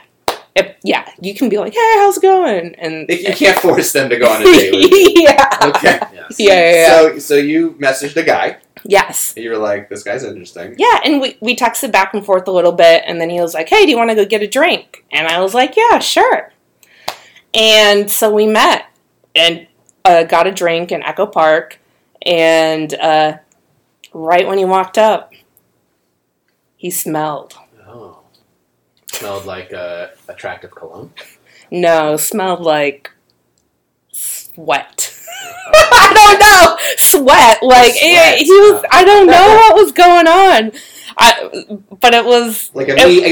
[SPEAKER 1] if, yeah. You can be like, hey, how's it going? And
[SPEAKER 3] If you can't force them to go
[SPEAKER 1] *laughs*
[SPEAKER 3] on a date with you.
[SPEAKER 1] yeah.
[SPEAKER 3] Okay.
[SPEAKER 1] yeah, yeah, yeah.
[SPEAKER 3] So, so you messaged the guy,
[SPEAKER 1] yes.
[SPEAKER 3] and you were like, this guy's interesting.
[SPEAKER 1] Yeah, and we, we texted back and forth a little bit, and then he was like, hey, do you want to go get a drink? And I was like, yeah, sure. And so we met and uh, got a drink in Echo Park, and uh, right when he walked up, he smelled.
[SPEAKER 2] Oh. Smelled like uh, attractive cologne.
[SPEAKER 1] No, smelled like sweat. *laughs* I don't know, sweat. Like
[SPEAKER 2] Sweat.
[SPEAKER 1] It, he was. I don't know what was going on. I, but it was
[SPEAKER 3] Like imme- like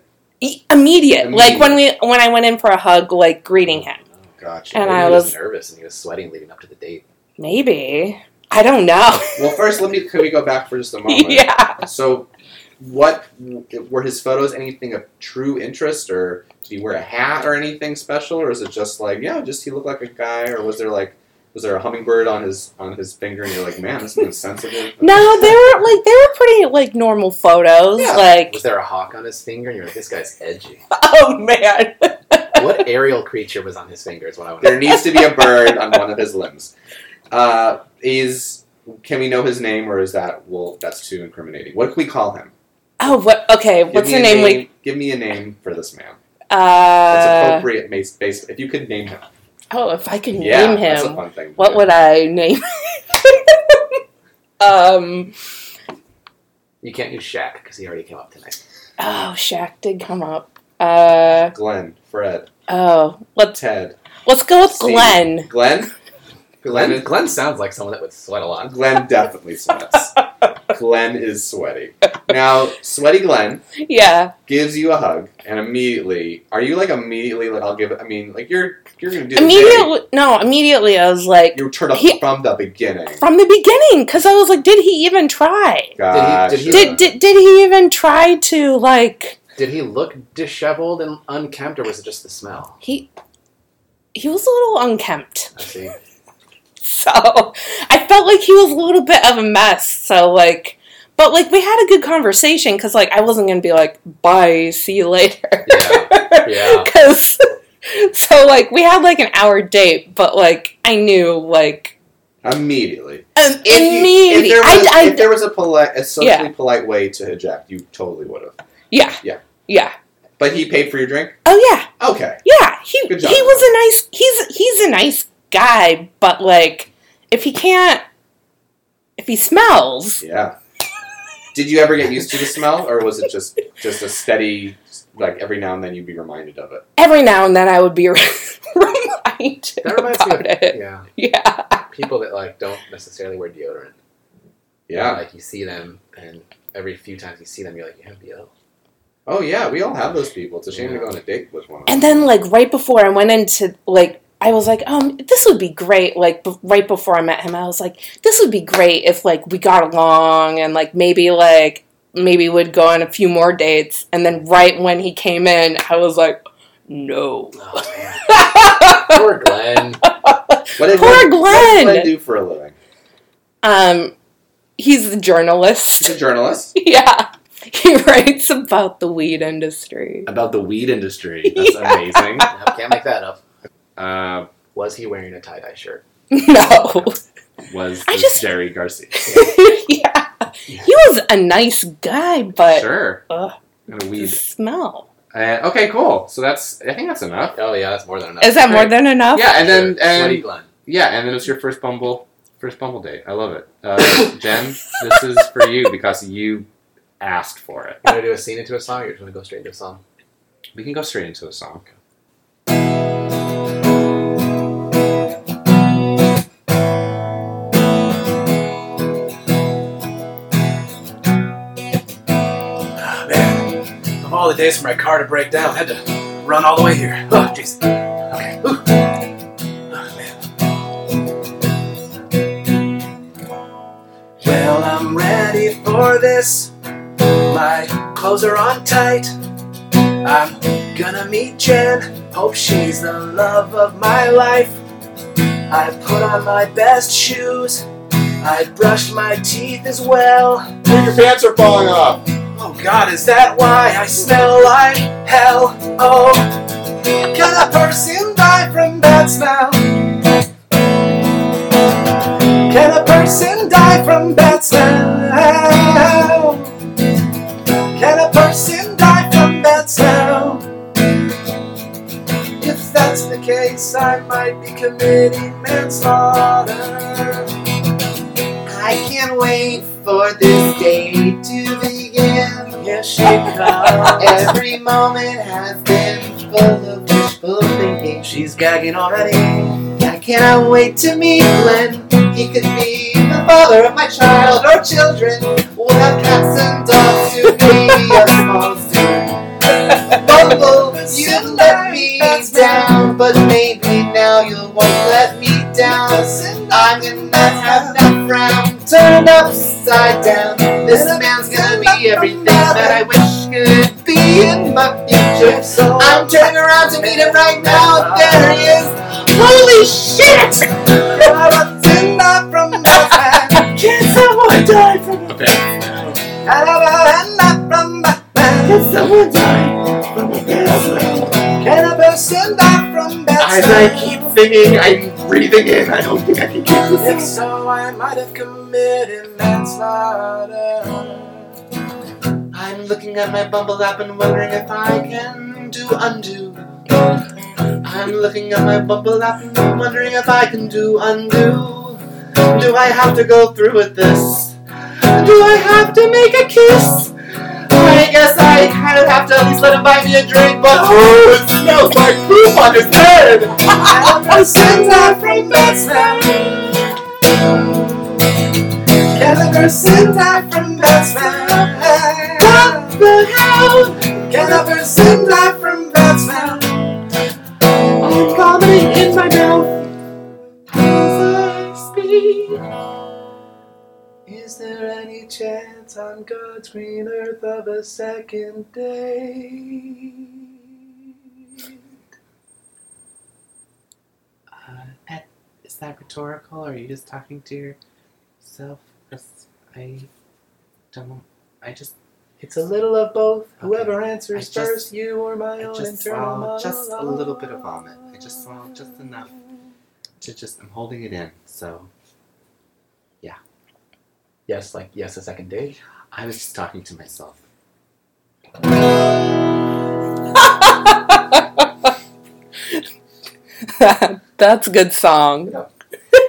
[SPEAKER 1] i- E-, immediate.
[SPEAKER 3] Immediate.
[SPEAKER 1] Like when we when I went in for a hug, like greeting him.
[SPEAKER 3] Gotcha.
[SPEAKER 1] And
[SPEAKER 2] Maybe
[SPEAKER 1] I
[SPEAKER 2] he
[SPEAKER 1] was-
[SPEAKER 2] nervous and he was sweating leading up to the date.
[SPEAKER 1] Maybe I don't know.
[SPEAKER 3] well, first, let me, can we go back for just a moment?
[SPEAKER 1] *laughs* yeah.
[SPEAKER 3] So, what, were his photos anything of true interest, or did he wear a hat or anything special, or is it just like, yeah, just he looked like a guy, or was there like, was there a hummingbird on his on his finger, and you're like, man, this is insensitive.
[SPEAKER 1] No,
[SPEAKER 3] *laughs*
[SPEAKER 1] they were like they were pretty like normal photos.
[SPEAKER 3] Yeah.
[SPEAKER 1] Like
[SPEAKER 3] *laughs*
[SPEAKER 2] Was there a hawk on his finger? And you're like, this guy's edgy.
[SPEAKER 1] oh man, *laughs*
[SPEAKER 2] what aerial creature was on his fingers when I went?
[SPEAKER 3] There needs to be a bird on one of his limbs. Uh, is can we know his name, or is that well, that's too incriminating? What can we call him?
[SPEAKER 1] oh what? Okay,
[SPEAKER 3] Give
[SPEAKER 1] what's the
[SPEAKER 3] me a
[SPEAKER 1] name? We
[SPEAKER 3] give me a name for this man. That's
[SPEAKER 1] uh
[SPEAKER 3] appropriate. Based, based, if you could name him,
[SPEAKER 1] oh, if I could
[SPEAKER 3] yeah,
[SPEAKER 1] name
[SPEAKER 3] that's
[SPEAKER 1] him.
[SPEAKER 3] a fun thing.
[SPEAKER 1] What would I name? *laughs* um.
[SPEAKER 2] You can't use Shaq because he already came up tonight.
[SPEAKER 1] Oh, Shaq did come up. Uh.
[SPEAKER 3] Glenn, Fred,
[SPEAKER 1] Oh. Let's
[SPEAKER 3] Ted,
[SPEAKER 1] let's go with
[SPEAKER 3] Steve.
[SPEAKER 1] Glenn.
[SPEAKER 3] Glenn,
[SPEAKER 2] Glenn,
[SPEAKER 1] *laughs*
[SPEAKER 3] Glenn,
[SPEAKER 2] Glenn sounds like someone that would sweat a lot.
[SPEAKER 3] Glenn definitely sweats. Glenn is sweaty. Now, sweaty Glenn
[SPEAKER 1] Yeah.
[SPEAKER 3] gives you a hug, and immediately, are you like immediately like I'll give? I mean, like you're you're gonna do the thing.
[SPEAKER 1] Immediately. No. Immediately, I was like,
[SPEAKER 3] You turned up
[SPEAKER 1] He-
[SPEAKER 3] from the beginning.
[SPEAKER 1] from the beginning, because I was like, did he even try?
[SPEAKER 3] Gotcha.
[SPEAKER 2] Did he-
[SPEAKER 1] Did, did did he even try to like?
[SPEAKER 2] Did he look disheveled and unkempt, or was it just the smell?
[SPEAKER 1] He he was a little unkempt. *laughs*
[SPEAKER 2] I see.
[SPEAKER 1] So I felt like he was a little bit of a mess. So like, but like we had a good conversation because like I wasn't gonna be like bye, see you *laughs* later.
[SPEAKER 2] Yeah,
[SPEAKER 1] *laughs*
[SPEAKER 2] yeah.
[SPEAKER 1] Because so like we had like an hour date, but like I knew like
[SPEAKER 3] immediately?
[SPEAKER 1] um,
[SPEAKER 3] You, if,
[SPEAKER 1] immediately.
[SPEAKER 3] there was,
[SPEAKER 1] I,
[SPEAKER 3] if
[SPEAKER 1] I,
[SPEAKER 3] there was a polite, a socially
[SPEAKER 1] Yeah.
[SPEAKER 3] polite way to eject, you totally would have.
[SPEAKER 1] yeah,
[SPEAKER 3] Yeah.
[SPEAKER 1] yeah.
[SPEAKER 3] But he paid for your drink.
[SPEAKER 1] Oh yeah,
[SPEAKER 3] Okay,
[SPEAKER 1] yeah. He he
[SPEAKER 3] Good job.
[SPEAKER 1] was a nice. He's he's a nice guy, but like if he can't, if he smells,
[SPEAKER 3] yeah. Did you ever get used to the smell, or was it just just a steady, like every now and then you'd be reminded of it?
[SPEAKER 1] every now and then I would be *laughs* reminded
[SPEAKER 2] That reminds me
[SPEAKER 1] about
[SPEAKER 2] of
[SPEAKER 1] it.
[SPEAKER 2] yeah
[SPEAKER 1] Yeah.
[SPEAKER 2] people that like don't necessarily wear deodorant.
[SPEAKER 3] Yeah.
[SPEAKER 2] like you see them, and every few times you see them, you're like, you have deodorant.
[SPEAKER 3] Oh yeah, we all have those people. It's a shame to go on a date with one of them.
[SPEAKER 1] And then, like, right before I went into, like, I was like, um, this would be great. Like, b- right before I met him, I was like, this would be great if, like, we got along and, like, maybe, like, maybe we'd go on a few more dates. And then, right when he came in, I was like, no.
[SPEAKER 2] Oh man, *laughs* poor Glenn.
[SPEAKER 3] What did
[SPEAKER 1] Poor
[SPEAKER 3] what did
[SPEAKER 1] Glenn!
[SPEAKER 3] do for a living?
[SPEAKER 1] Um, he's the
[SPEAKER 3] He's
[SPEAKER 1] journalist. *laughs*
[SPEAKER 3] a journalist.
[SPEAKER 1] yeah. He writes about the weed industry. *laughs*
[SPEAKER 3] About the weed industry. *laughs* That's amazing.
[SPEAKER 2] Can't make that up.
[SPEAKER 3] Uh,
[SPEAKER 2] Was he wearing a tie dye shirt?
[SPEAKER 1] No. *laughs*
[SPEAKER 3] was
[SPEAKER 1] I
[SPEAKER 3] this
[SPEAKER 1] just-
[SPEAKER 3] Jerry Garcia?
[SPEAKER 1] yeah. He was a nice guy, but uh,
[SPEAKER 3] sure.
[SPEAKER 1] Ugh.
[SPEAKER 3] And a
[SPEAKER 1] the
[SPEAKER 3] weed.
[SPEAKER 1] smell.
[SPEAKER 3] Uh, okay, cool. So that's. I think that's enough.
[SPEAKER 2] Oh yeah, that's more than enough.
[SPEAKER 1] Is that more
[SPEAKER 3] Great.
[SPEAKER 1] than enough?
[SPEAKER 3] Yeah, and then
[SPEAKER 2] Sweaty
[SPEAKER 3] and
[SPEAKER 2] Glenn.
[SPEAKER 3] yeah, and then it's your first Bumble, first Bumble date. I love it. Uh, *coughs* Jen, this is for you because you asked for it.
[SPEAKER 2] You want to do a scene into a song, or you just want to go straight into a song?
[SPEAKER 3] We can go straight into a song.
[SPEAKER 2] Ah, man, of all the days for my car to break down, I had to run all the way here. Oh, jeez. Okay. Ooh. Oh, man. Oh, Well, I'm ready for this. My clothes are on tight. I'm gonna meet Jen. Hope she's the love of my life. I put on my best shoes. I brushed my teeth as well.
[SPEAKER 5] Your pants are falling off.
[SPEAKER 2] Oh God, is that why I smell like hell? Oh, can a person die from bad smell? Can a person die from bad smell? Can a person die from bad smell? If that's the case, I might be committing manslaughter. I can't wait for this day to begin. Here she comes. Every moment has been full of wishful thinking. She's gagging already. I cannot wait to meet Glenn. He could be the father of my child or children. We'll have cats and dogs *laughs* to maybe a small zoo. Bumble, you let me down, but maybe now you won't let me down. I'm gonna have that frown turned upside down. This man's gonna be everything that I wish could be in my future. I'm turning around to meet him right now. There he is. Holy shit! What's in that from Batman? Can someone die from
[SPEAKER 3] Okay.
[SPEAKER 2] Batman? from Batman? Can someone die from Batman? Can a person die from
[SPEAKER 3] As I keep thinking, I'm breathing in. I don't think I can keep this.
[SPEAKER 2] If so, I might have committed manslaughter. I'm looking at my Bumble app and wondering if I can do undo. I'm looking at my Bumble app and wondering if I can do undo. Do I have to go through with this? Do I have to make a kiss? I guess I kind of have to at least let him buy me a drink, but oh, it smells like poop on his head! I'm sent out from that smell. Can a person die from that smell? What the hell? Can a person die from that smell? I'm vomiting in my mouth as I speak. Is there any chance on God's green earth of a second date? Uh, that- is that rhetorical, or are you just talking to yourself? It's- I don't. I just. It's a little of both.
[SPEAKER 3] Whoever
[SPEAKER 2] answers
[SPEAKER 3] first,
[SPEAKER 2] you or my
[SPEAKER 3] I just
[SPEAKER 1] Uh,
[SPEAKER 3] saw just a little bit of vomit. I just saw just enough to just. I'm holding it in. So
[SPEAKER 2] Yes, like yes, a second date.
[SPEAKER 3] I was just talking to myself.
[SPEAKER 1] *laughs* That's a good song. *laughs*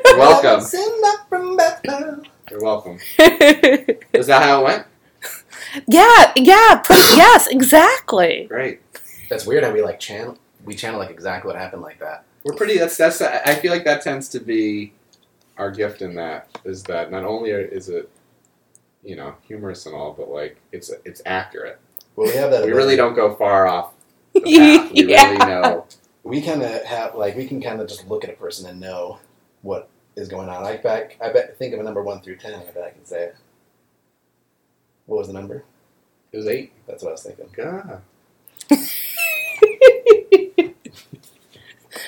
[SPEAKER 5] You're welcome.
[SPEAKER 2] Send up from Bethel.
[SPEAKER 5] You're welcome.
[SPEAKER 1] yeah,
[SPEAKER 5] Is that how it went?
[SPEAKER 1] yeah, pr- yes, exactly.
[SPEAKER 5] Great.
[SPEAKER 2] That's weird how we like channel. We channel like exactly what happened like that.
[SPEAKER 5] We're pretty. That's that's. I feel like that tends to be our gift in that is that not only are- is it, you know, humorous and all, but like it's it's accurate.
[SPEAKER 2] Well, we have that.
[SPEAKER 5] We really don't go far off. The path. We
[SPEAKER 1] yeah.
[SPEAKER 5] really know.
[SPEAKER 2] We kind of have like we can kind of just look at a person and know what is going on. Like back, I bet think of a number one through ten. I bet I can say it. What was the number?
[SPEAKER 5] It was eight.
[SPEAKER 2] That's what I was
[SPEAKER 3] *laughs*
[SPEAKER 2] thinking.
[SPEAKER 5] God.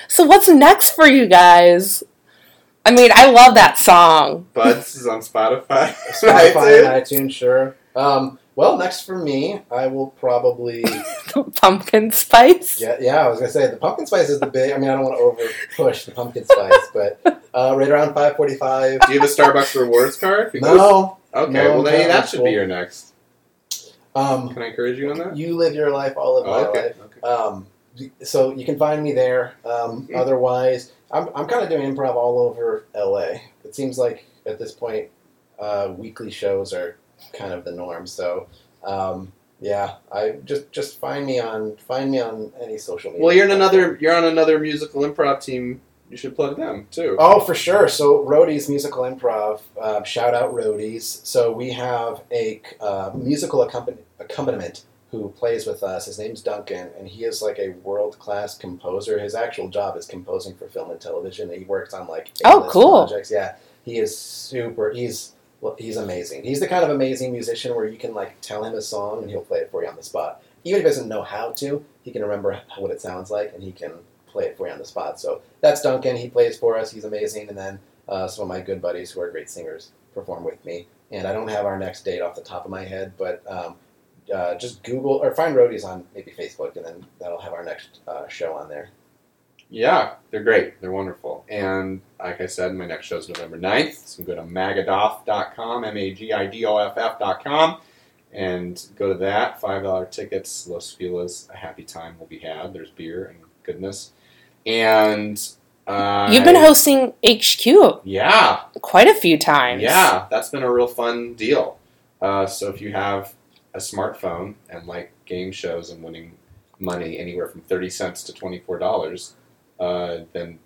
[SPEAKER 1] So what's next for you guys? I mean, I love that song. *laughs*
[SPEAKER 5] Buds is on Spotify. *laughs*
[SPEAKER 2] Spotify and iTunes, sure. Um, Well, next for me, I will probably
[SPEAKER 1] Pumpkin spice.
[SPEAKER 2] get. Yeah, I was gonna say the pumpkin spice is the big. I mean, I don't want to over push the pumpkin spice, *laughs* but uh, right around five forty-five.
[SPEAKER 5] Do you have a Starbucks rewards card?
[SPEAKER 2] No,
[SPEAKER 5] Okay,
[SPEAKER 2] No,
[SPEAKER 5] well, then,
[SPEAKER 2] no,
[SPEAKER 5] hey, that
[SPEAKER 2] that's
[SPEAKER 5] should
[SPEAKER 2] cool.
[SPEAKER 5] be your next.
[SPEAKER 2] um,
[SPEAKER 5] Can I encourage you on that?
[SPEAKER 2] you live your life. I'll live my
[SPEAKER 5] Oh, okay.
[SPEAKER 2] life.
[SPEAKER 5] okay.
[SPEAKER 2] Um, so you can find me there. Um,
[SPEAKER 5] Mhm.
[SPEAKER 2] Otherwise, I'm I'm kind of doing improv all over LA. It seems like at this point, uh, weekly shows are kind of the norm. So. Um, yeah, I just just find me on find me on any social media.
[SPEAKER 5] Well, you're in
[SPEAKER 2] platform.
[SPEAKER 5] another. You're on another musical improv team. You should plug them too.
[SPEAKER 2] Oh, for sure. So Roadies Musical Improv, uh, shout out Roadies. So we have a uh, musical accompan- accompaniment who plays with us. His name's Duncan, and he is like a world class composer. His actual job is composing for film and television. He works on like
[SPEAKER 1] Oh,
[SPEAKER 2] A-list
[SPEAKER 1] cool.
[SPEAKER 2] projects. Yeah, he is super. He's well, he's amazing. He's the kind of amazing musician where you can like tell him a song and he'll play it for you on the spot. Even if he doesn't know how to, he can remember what it sounds like and he can play it for you on the spot. So that's Duncan. He plays for us. He's amazing. And then uh, some of my good buddies who are great singers perform with me. And I don't have our next date off the top of my head, but um, uh, just Google or find Roadies on maybe Facebook, and then that'll have our next uh, show on there.
[SPEAKER 5] Yeah, they're great. They're wonderful. And like I said, my next show is November 9th. So go to magadoff.com, M A G I D O F F.com, and go to that. $5 tickets, Los Feliz, a happy time will be had. There's beer and goodness. And. Uh,
[SPEAKER 1] You've been hosting HQ
[SPEAKER 5] Yeah,
[SPEAKER 1] quite a few times. *laughs*
[SPEAKER 5] yeah, that's been a real fun deal. Uh, so if you have a smartphone and like game shows and winning money anywhere from thirty cents to twenty four dollars, uh, then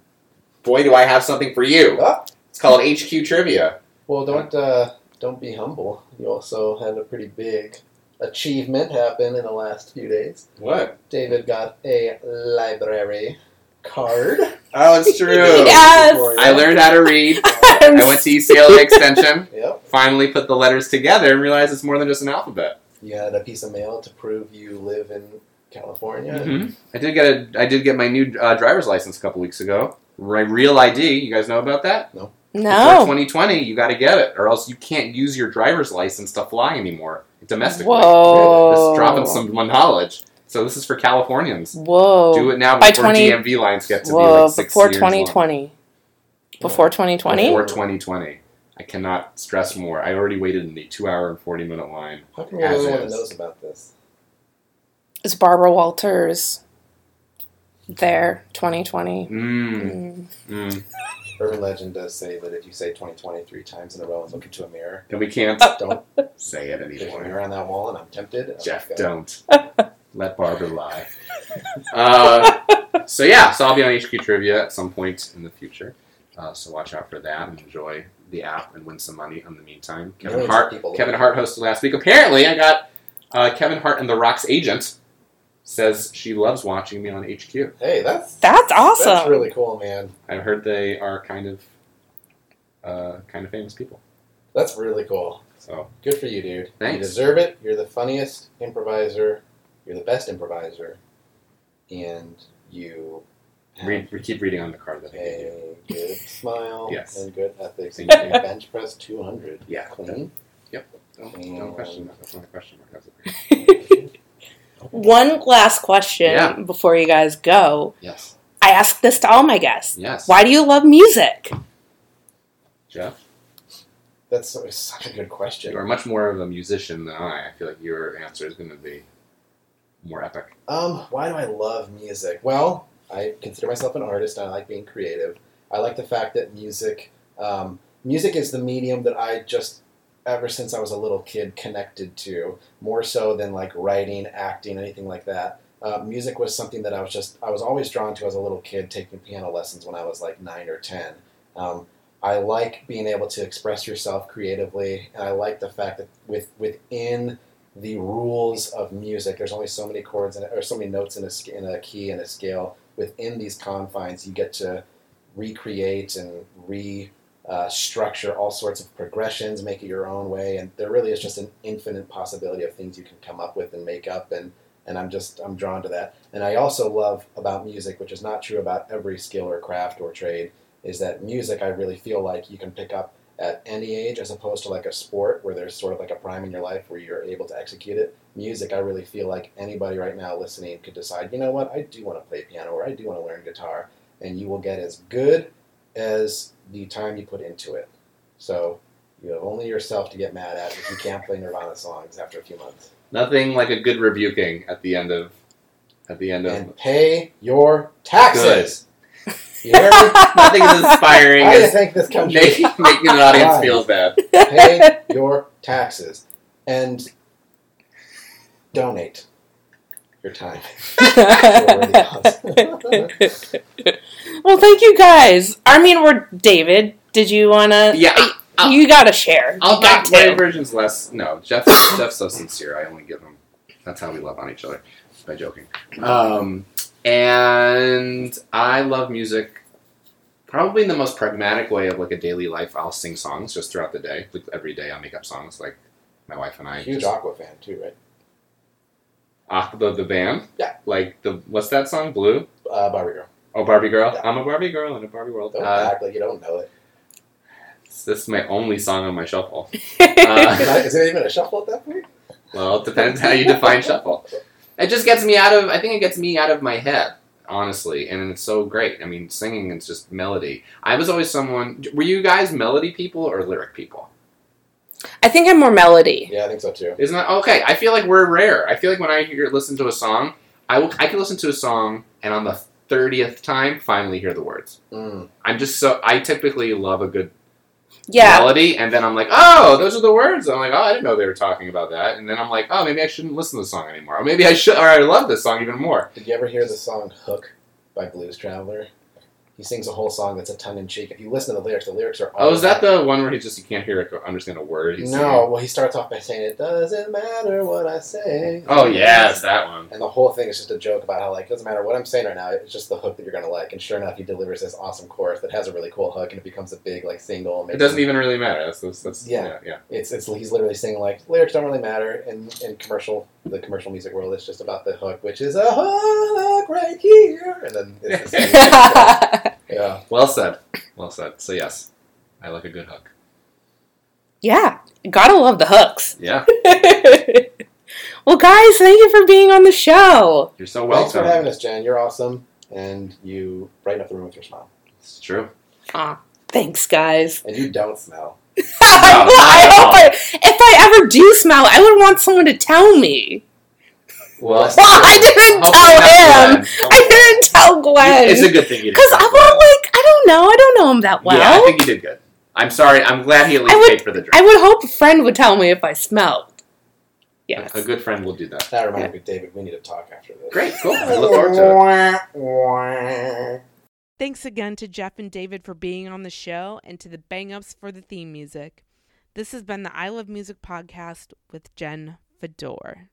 [SPEAKER 5] boy, do I have something for you!
[SPEAKER 2] Ah,
[SPEAKER 5] It's called HQ Trivia.
[SPEAKER 2] well, don't uh, don't be humble. You also had a pretty big achievement happen in the last few days.
[SPEAKER 5] What?
[SPEAKER 2] David got a library
[SPEAKER 3] *laughs*
[SPEAKER 2] card.
[SPEAKER 5] Oh, it's
[SPEAKER 2] *laughs*
[SPEAKER 5] true.
[SPEAKER 1] Yes.
[SPEAKER 3] I learned how to read. I went to UCLA Extension.
[SPEAKER 2] Yep.
[SPEAKER 3] Finally, put the letters together and realized it's more than just an alphabet.
[SPEAKER 2] You had a piece of mail to prove you live in California.
[SPEAKER 3] Mhm. I did get a. I did get my new uh, driver's license a couple weeks ago. Re- Real ID. You guys know about that? Before
[SPEAKER 1] No.
[SPEAKER 3] 2020, you got to get it, or else you can't use your driver's license to fly anymore domestically.
[SPEAKER 1] Whoa.
[SPEAKER 3] This is dropping some knowledge. So this is for Californians.
[SPEAKER 1] Whoa.
[SPEAKER 3] Do it now
[SPEAKER 1] By
[SPEAKER 3] before
[SPEAKER 1] 20
[SPEAKER 3] DMV lines get to be
[SPEAKER 1] Whoa.
[SPEAKER 3] like six
[SPEAKER 1] before
[SPEAKER 3] years long.
[SPEAKER 1] 2020. Before 2020.
[SPEAKER 3] Before 2020. I cannot stress more. I already waited in the two hour and 40 minute line.
[SPEAKER 2] How come you're the
[SPEAKER 3] As
[SPEAKER 2] only one that
[SPEAKER 3] is.
[SPEAKER 2] knows about this?
[SPEAKER 1] Is Barbara Walters there? 2020. Mm.
[SPEAKER 3] Mm, mm.
[SPEAKER 2] Urban legend does say that if you say 2020 three times in a row and look into a mirror,
[SPEAKER 3] And we can't
[SPEAKER 1] Uh,
[SPEAKER 2] don't
[SPEAKER 3] say it
[SPEAKER 2] there's a
[SPEAKER 3] anymore.
[SPEAKER 2] mirror on that wall, and I'm tempted. and I'm
[SPEAKER 3] Jeff,
[SPEAKER 2] like,
[SPEAKER 3] don't. *laughs* Let Barbara lie. Uh, so, yeah, so I'll be on HQ Trivia at some point in the future. Uh, so, watch out for that and enjoy the app and win some money in the meantime. Kevin
[SPEAKER 2] Millions of
[SPEAKER 3] Hart,
[SPEAKER 2] people.
[SPEAKER 3] Kevin Hart hosted last week. Apparently, I got uh, Kevin Hart and The Rock's agent says she loves watching me on HQ.
[SPEAKER 2] Hey, that's
[SPEAKER 1] That's
[SPEAKER 2] That's
[SPEAKER 1] awesome.
[SPEAKER 2] really cool, man.
[SPEAKER 3] I've heard they are kind of uh, kind of famous people.
[SPEAKER 2] That's really cool.
[SPEAKER 3] So,
[SPEAKER 2] Good for you, dude. You
[SPEAKER 3] Thanks.
[SPEAKER 2] deserve it. You're the funniest improviser. You're the best improviser, and you have
[SPEAKER 3] read, we keep reading on the card that I gave you.
[SPEAKER 2] a good smile
[SPEAKER 3] *laughs* Yes.
[SPEAKER 2] and good ethics. And
[SPEAKER 3] Thank
[SPEAKER 2] you
[SPEAKER 3] you.
[SPEAKER 2] can bench press 200
[SPEAKER 3] Yeah. *laughs*
[SPEAKER 2] clean.
[SPEAKER 3] Don't, don't question that. That's not a question mark. That's a
[SPEAKER 1] One last question
[SPEAKER 3] Yeah.
[SPEAKER 1] before you guys go.
[SPEAKER 3] Yes.
[SPEAKER 1] I ask this to all my guests.
[SPEAKER 3] Yes.
[SPEAKER 1] Why do you love
[SPEAKER 3] *laughs*
[SPEAKER 1] music?
[SPEAKER 3] Jeff,
[SPEAKER 2] That's so- such a good
[SPEAKER 3] you are
[SPEAKER 2] question.
[SPEAKER 3] much more of a musician than I. I feel like your answer is going to be more epic.
[SPEAKER 2] Um, why do I love music? Well, I consider myself an artist. I like being creative. I like the fact that music, um, music is the medium that I just ever since I was a little kid connected to more so than like writing, acting, anything like that. Uh, music was something that I was just I was always drawn to as a little kid, taking piano lessons when I was like nine or ten. Um, I like being able to express yourself creatively, and I like the fact that with within the rules of music, there's only so many chords in it, or so many notes in a, sc- in a key and a scale. Within these confines, you get to recreate and re uh, structure all sorts of progressions, make it your own way, and there really is just an infinite possibility of things you can come up with and make up. and And I'm just I'm drawn to that. And I also love about music, which is not true about every skill or craft or trade, is that music I really feel like you can pick up at any age as opposed to like a sport where there's sort of like a prime in your life where you're able to execute it. Music, I really feel like anybody right now listening could decide, you know what, I do want to play piano or I do want to learn guitar, and you will get as good as the time you put into it. So you have only yourself to get mad at if you can't play Nirvana songs after a few months.
[SPEAKER 3] Nothing like a good rebuking at the end of at the end of
[SPEAKER 2] And pay your taxes. You hear me?
[SPEAKER 3] nothing is
[SPEAKER 2] *laughs*
[SPEAKER 3] inspiring
[SPEAKER 2] Why do you
[SPEAKER 3] as
[SPEAKER 2] think this country
[SPEAKER 3] making, making an audience
[SPEAKER 2] Guys.
[SPEAKER 3] feel bad.
[SPEAKER 2] pay your taxes and donate your time. *laughs*
[SPEAKER 1] well, thank you guys. I mean, we're David. Did you wanna?
[SPEAKER 3] Yeah, I- I'll-
[SPEAKER 1] you gotta share.
[SPEAKER 3] I'll
[SPEAKER 1] you got
[SPEAKER 3] not my
[SPEAKER 1] to.
[SPEAKER 3] version's less. No, Jeff. Jeff's so sincere. I only give him. That's how we love on each other by joking. Um, and I love music. Probably in the most pragmatic way of like a daily life, I'll sing songs just throughout the day. Like every day, I'll make up songs. Like my wife and I.
[SPEAKER 2] Huge
[SPEAKER 3] just-
[SPEAKER 2] Aqua fan too, right?
[SPEAKER 3] Ah, the the band.
[SPEAKER 2] Yeah.
[SPEAKER 3] Like the what's that song? Blue.
[SPEAKER 2] Uh, Barbie Girl.
[SPEAKER 3] Oh, Barbie girl.
[SPEAKER 2] Yeah. Oh,
[SPEAKER 3] I'm a Barbie girl in a Barbie world.
[SPEAKER 2] Don't
[SPEAKER 3] Uh,
[SPEAKER 2] act like you don't know it.
[SPEAKER 3] this is my only song on my shuffle.
[SPEAKER 2] Is,
[SPEAKER 3] *laughs* Uh,
[SPEAKER 2] that- is it even a shuffle at that point?
[SPEAKER 3] Well, it depends how you define shuffle. It just gets me out of. I think it gets me out of my head, honestly, and it's so great. I mean, singing is just melody. I was always someone. Were you guys melody people or lyric people?
[SPEAKER 1] I think I'm more melody.
[SPEAKER 2] Yeah, I think so too.
[SPEAKER 3] Isn't that okay? I feel like we're rare. I feel like when I hear listen to a song, I will. I can listen to a song and on the thirtieth time, finally hear the words.
[SPEAKER 2] Mm.
[SPEAKER 3] I'm just so. I typically love a good
[SPEAKER 1] Yeah,
[SPEAKER 3] melody, and then I'm like, oh, those are the words. I'm like, oh, I didn't know they were talking about that. And then I'm like, oh, maybe I shouldn't listen to the song anymore. Or maybe I should, or I love this song even more.
[SPEAKER 2] Did you ever hear the song Hook by Blues Traveler? He sings a whole song that's a tongue in cheek. If you listen to the lyrics, the lyrics are all
[SPEAKER 3] Oh, is that the one where he just you can't hear or understand a word?
[SPEAKER 2] No,
[SPEAKER 3] He's saying?
[SPEAKER 2] well he starts off by saying it doesn't matter what I say.
[SPEAKER 3] Oh yeah, it's that one.
[SPEAKER 2] And the whole thing is just a joke about how like it doesn't matter what I'm saying right now. It's just the hook that you're gonna like. And sure enough, he delivers this awesome chorus that has a really cool hook, and it becomes a big like single.
[SPEAKER 3] It doesn't even really matter. That's, that's, that's
[SPEAKER 2] Yeah.
[SPEAKER 3] yeah, yeah.
[SPEAKER 2] It's it's he's literally saying like lyrics don't really matter. And in commercial the commercial music world, it's just about the hook, which is a hook right here. And then it's the
[SPEAKER 3] *laughs*
[SPEAKER 2] same. yeah,
[SPEAKER 3] Well said. Well said. So yes, I like a good hook.
[SPEAKER 1] *laughs* yeah. Gotta love the hooks. *laughs*
[SPEAKER 3] Yeah,
[SPEAKER 1] well, guys, thank you for being on the show.
[SPEAKER 3] you're so
[SPEAKER 2] thanks for having
[SPEAKER 3] welcome.
[SPEAKER 2] us, Jen. You're awesome, and you brighten up the room with your smile.
[SPEAKER 3] It's true.
[SPEAKER 1] Thanks, guys. *laughs*
[SPEAKER 2] And you don't smell.
[SPEAKER 1] Well, I
[SPEAKER 3] wow.
[SPEAKER 1] hope I, if I ever do smell, I would want someone to tell me. *laughs*
[SPEAKER 3] Well,
[SPEAKER 1] Well, I
[SPEAKER 3] Oh,
[SPEAKER 1] didn't tell him. I didn't tell Gwen.
[SPEAKER 3] It's a good thing you did.
[SPEAKER 1] Because I'm all like, I don't know. I don't know him that well.
[SPEAKER 3] yeah, I think you did good. I'm sorry. I'm glad he at least
[SPEAKER 1] I would-
[SPEAKER 3] paid for the drink.
[SPEAKER 1] I would hope a friend would tell me if I smelled. Yes.
[SPEAKER 3] A good friend will do that.
[SPEAKER 2] That reminds me, David. We need to talk after this.
[SPEAKER 3] Great, cool. I
[SPEAKER 2] Oh,
[SPEAKER 3] look forward to it.
[SPEAKER 4] Thanks again to Jeff and David for being on the show and to the Bang Ups for the theme music. This has been the I Love Music podcast with Jen Fedor.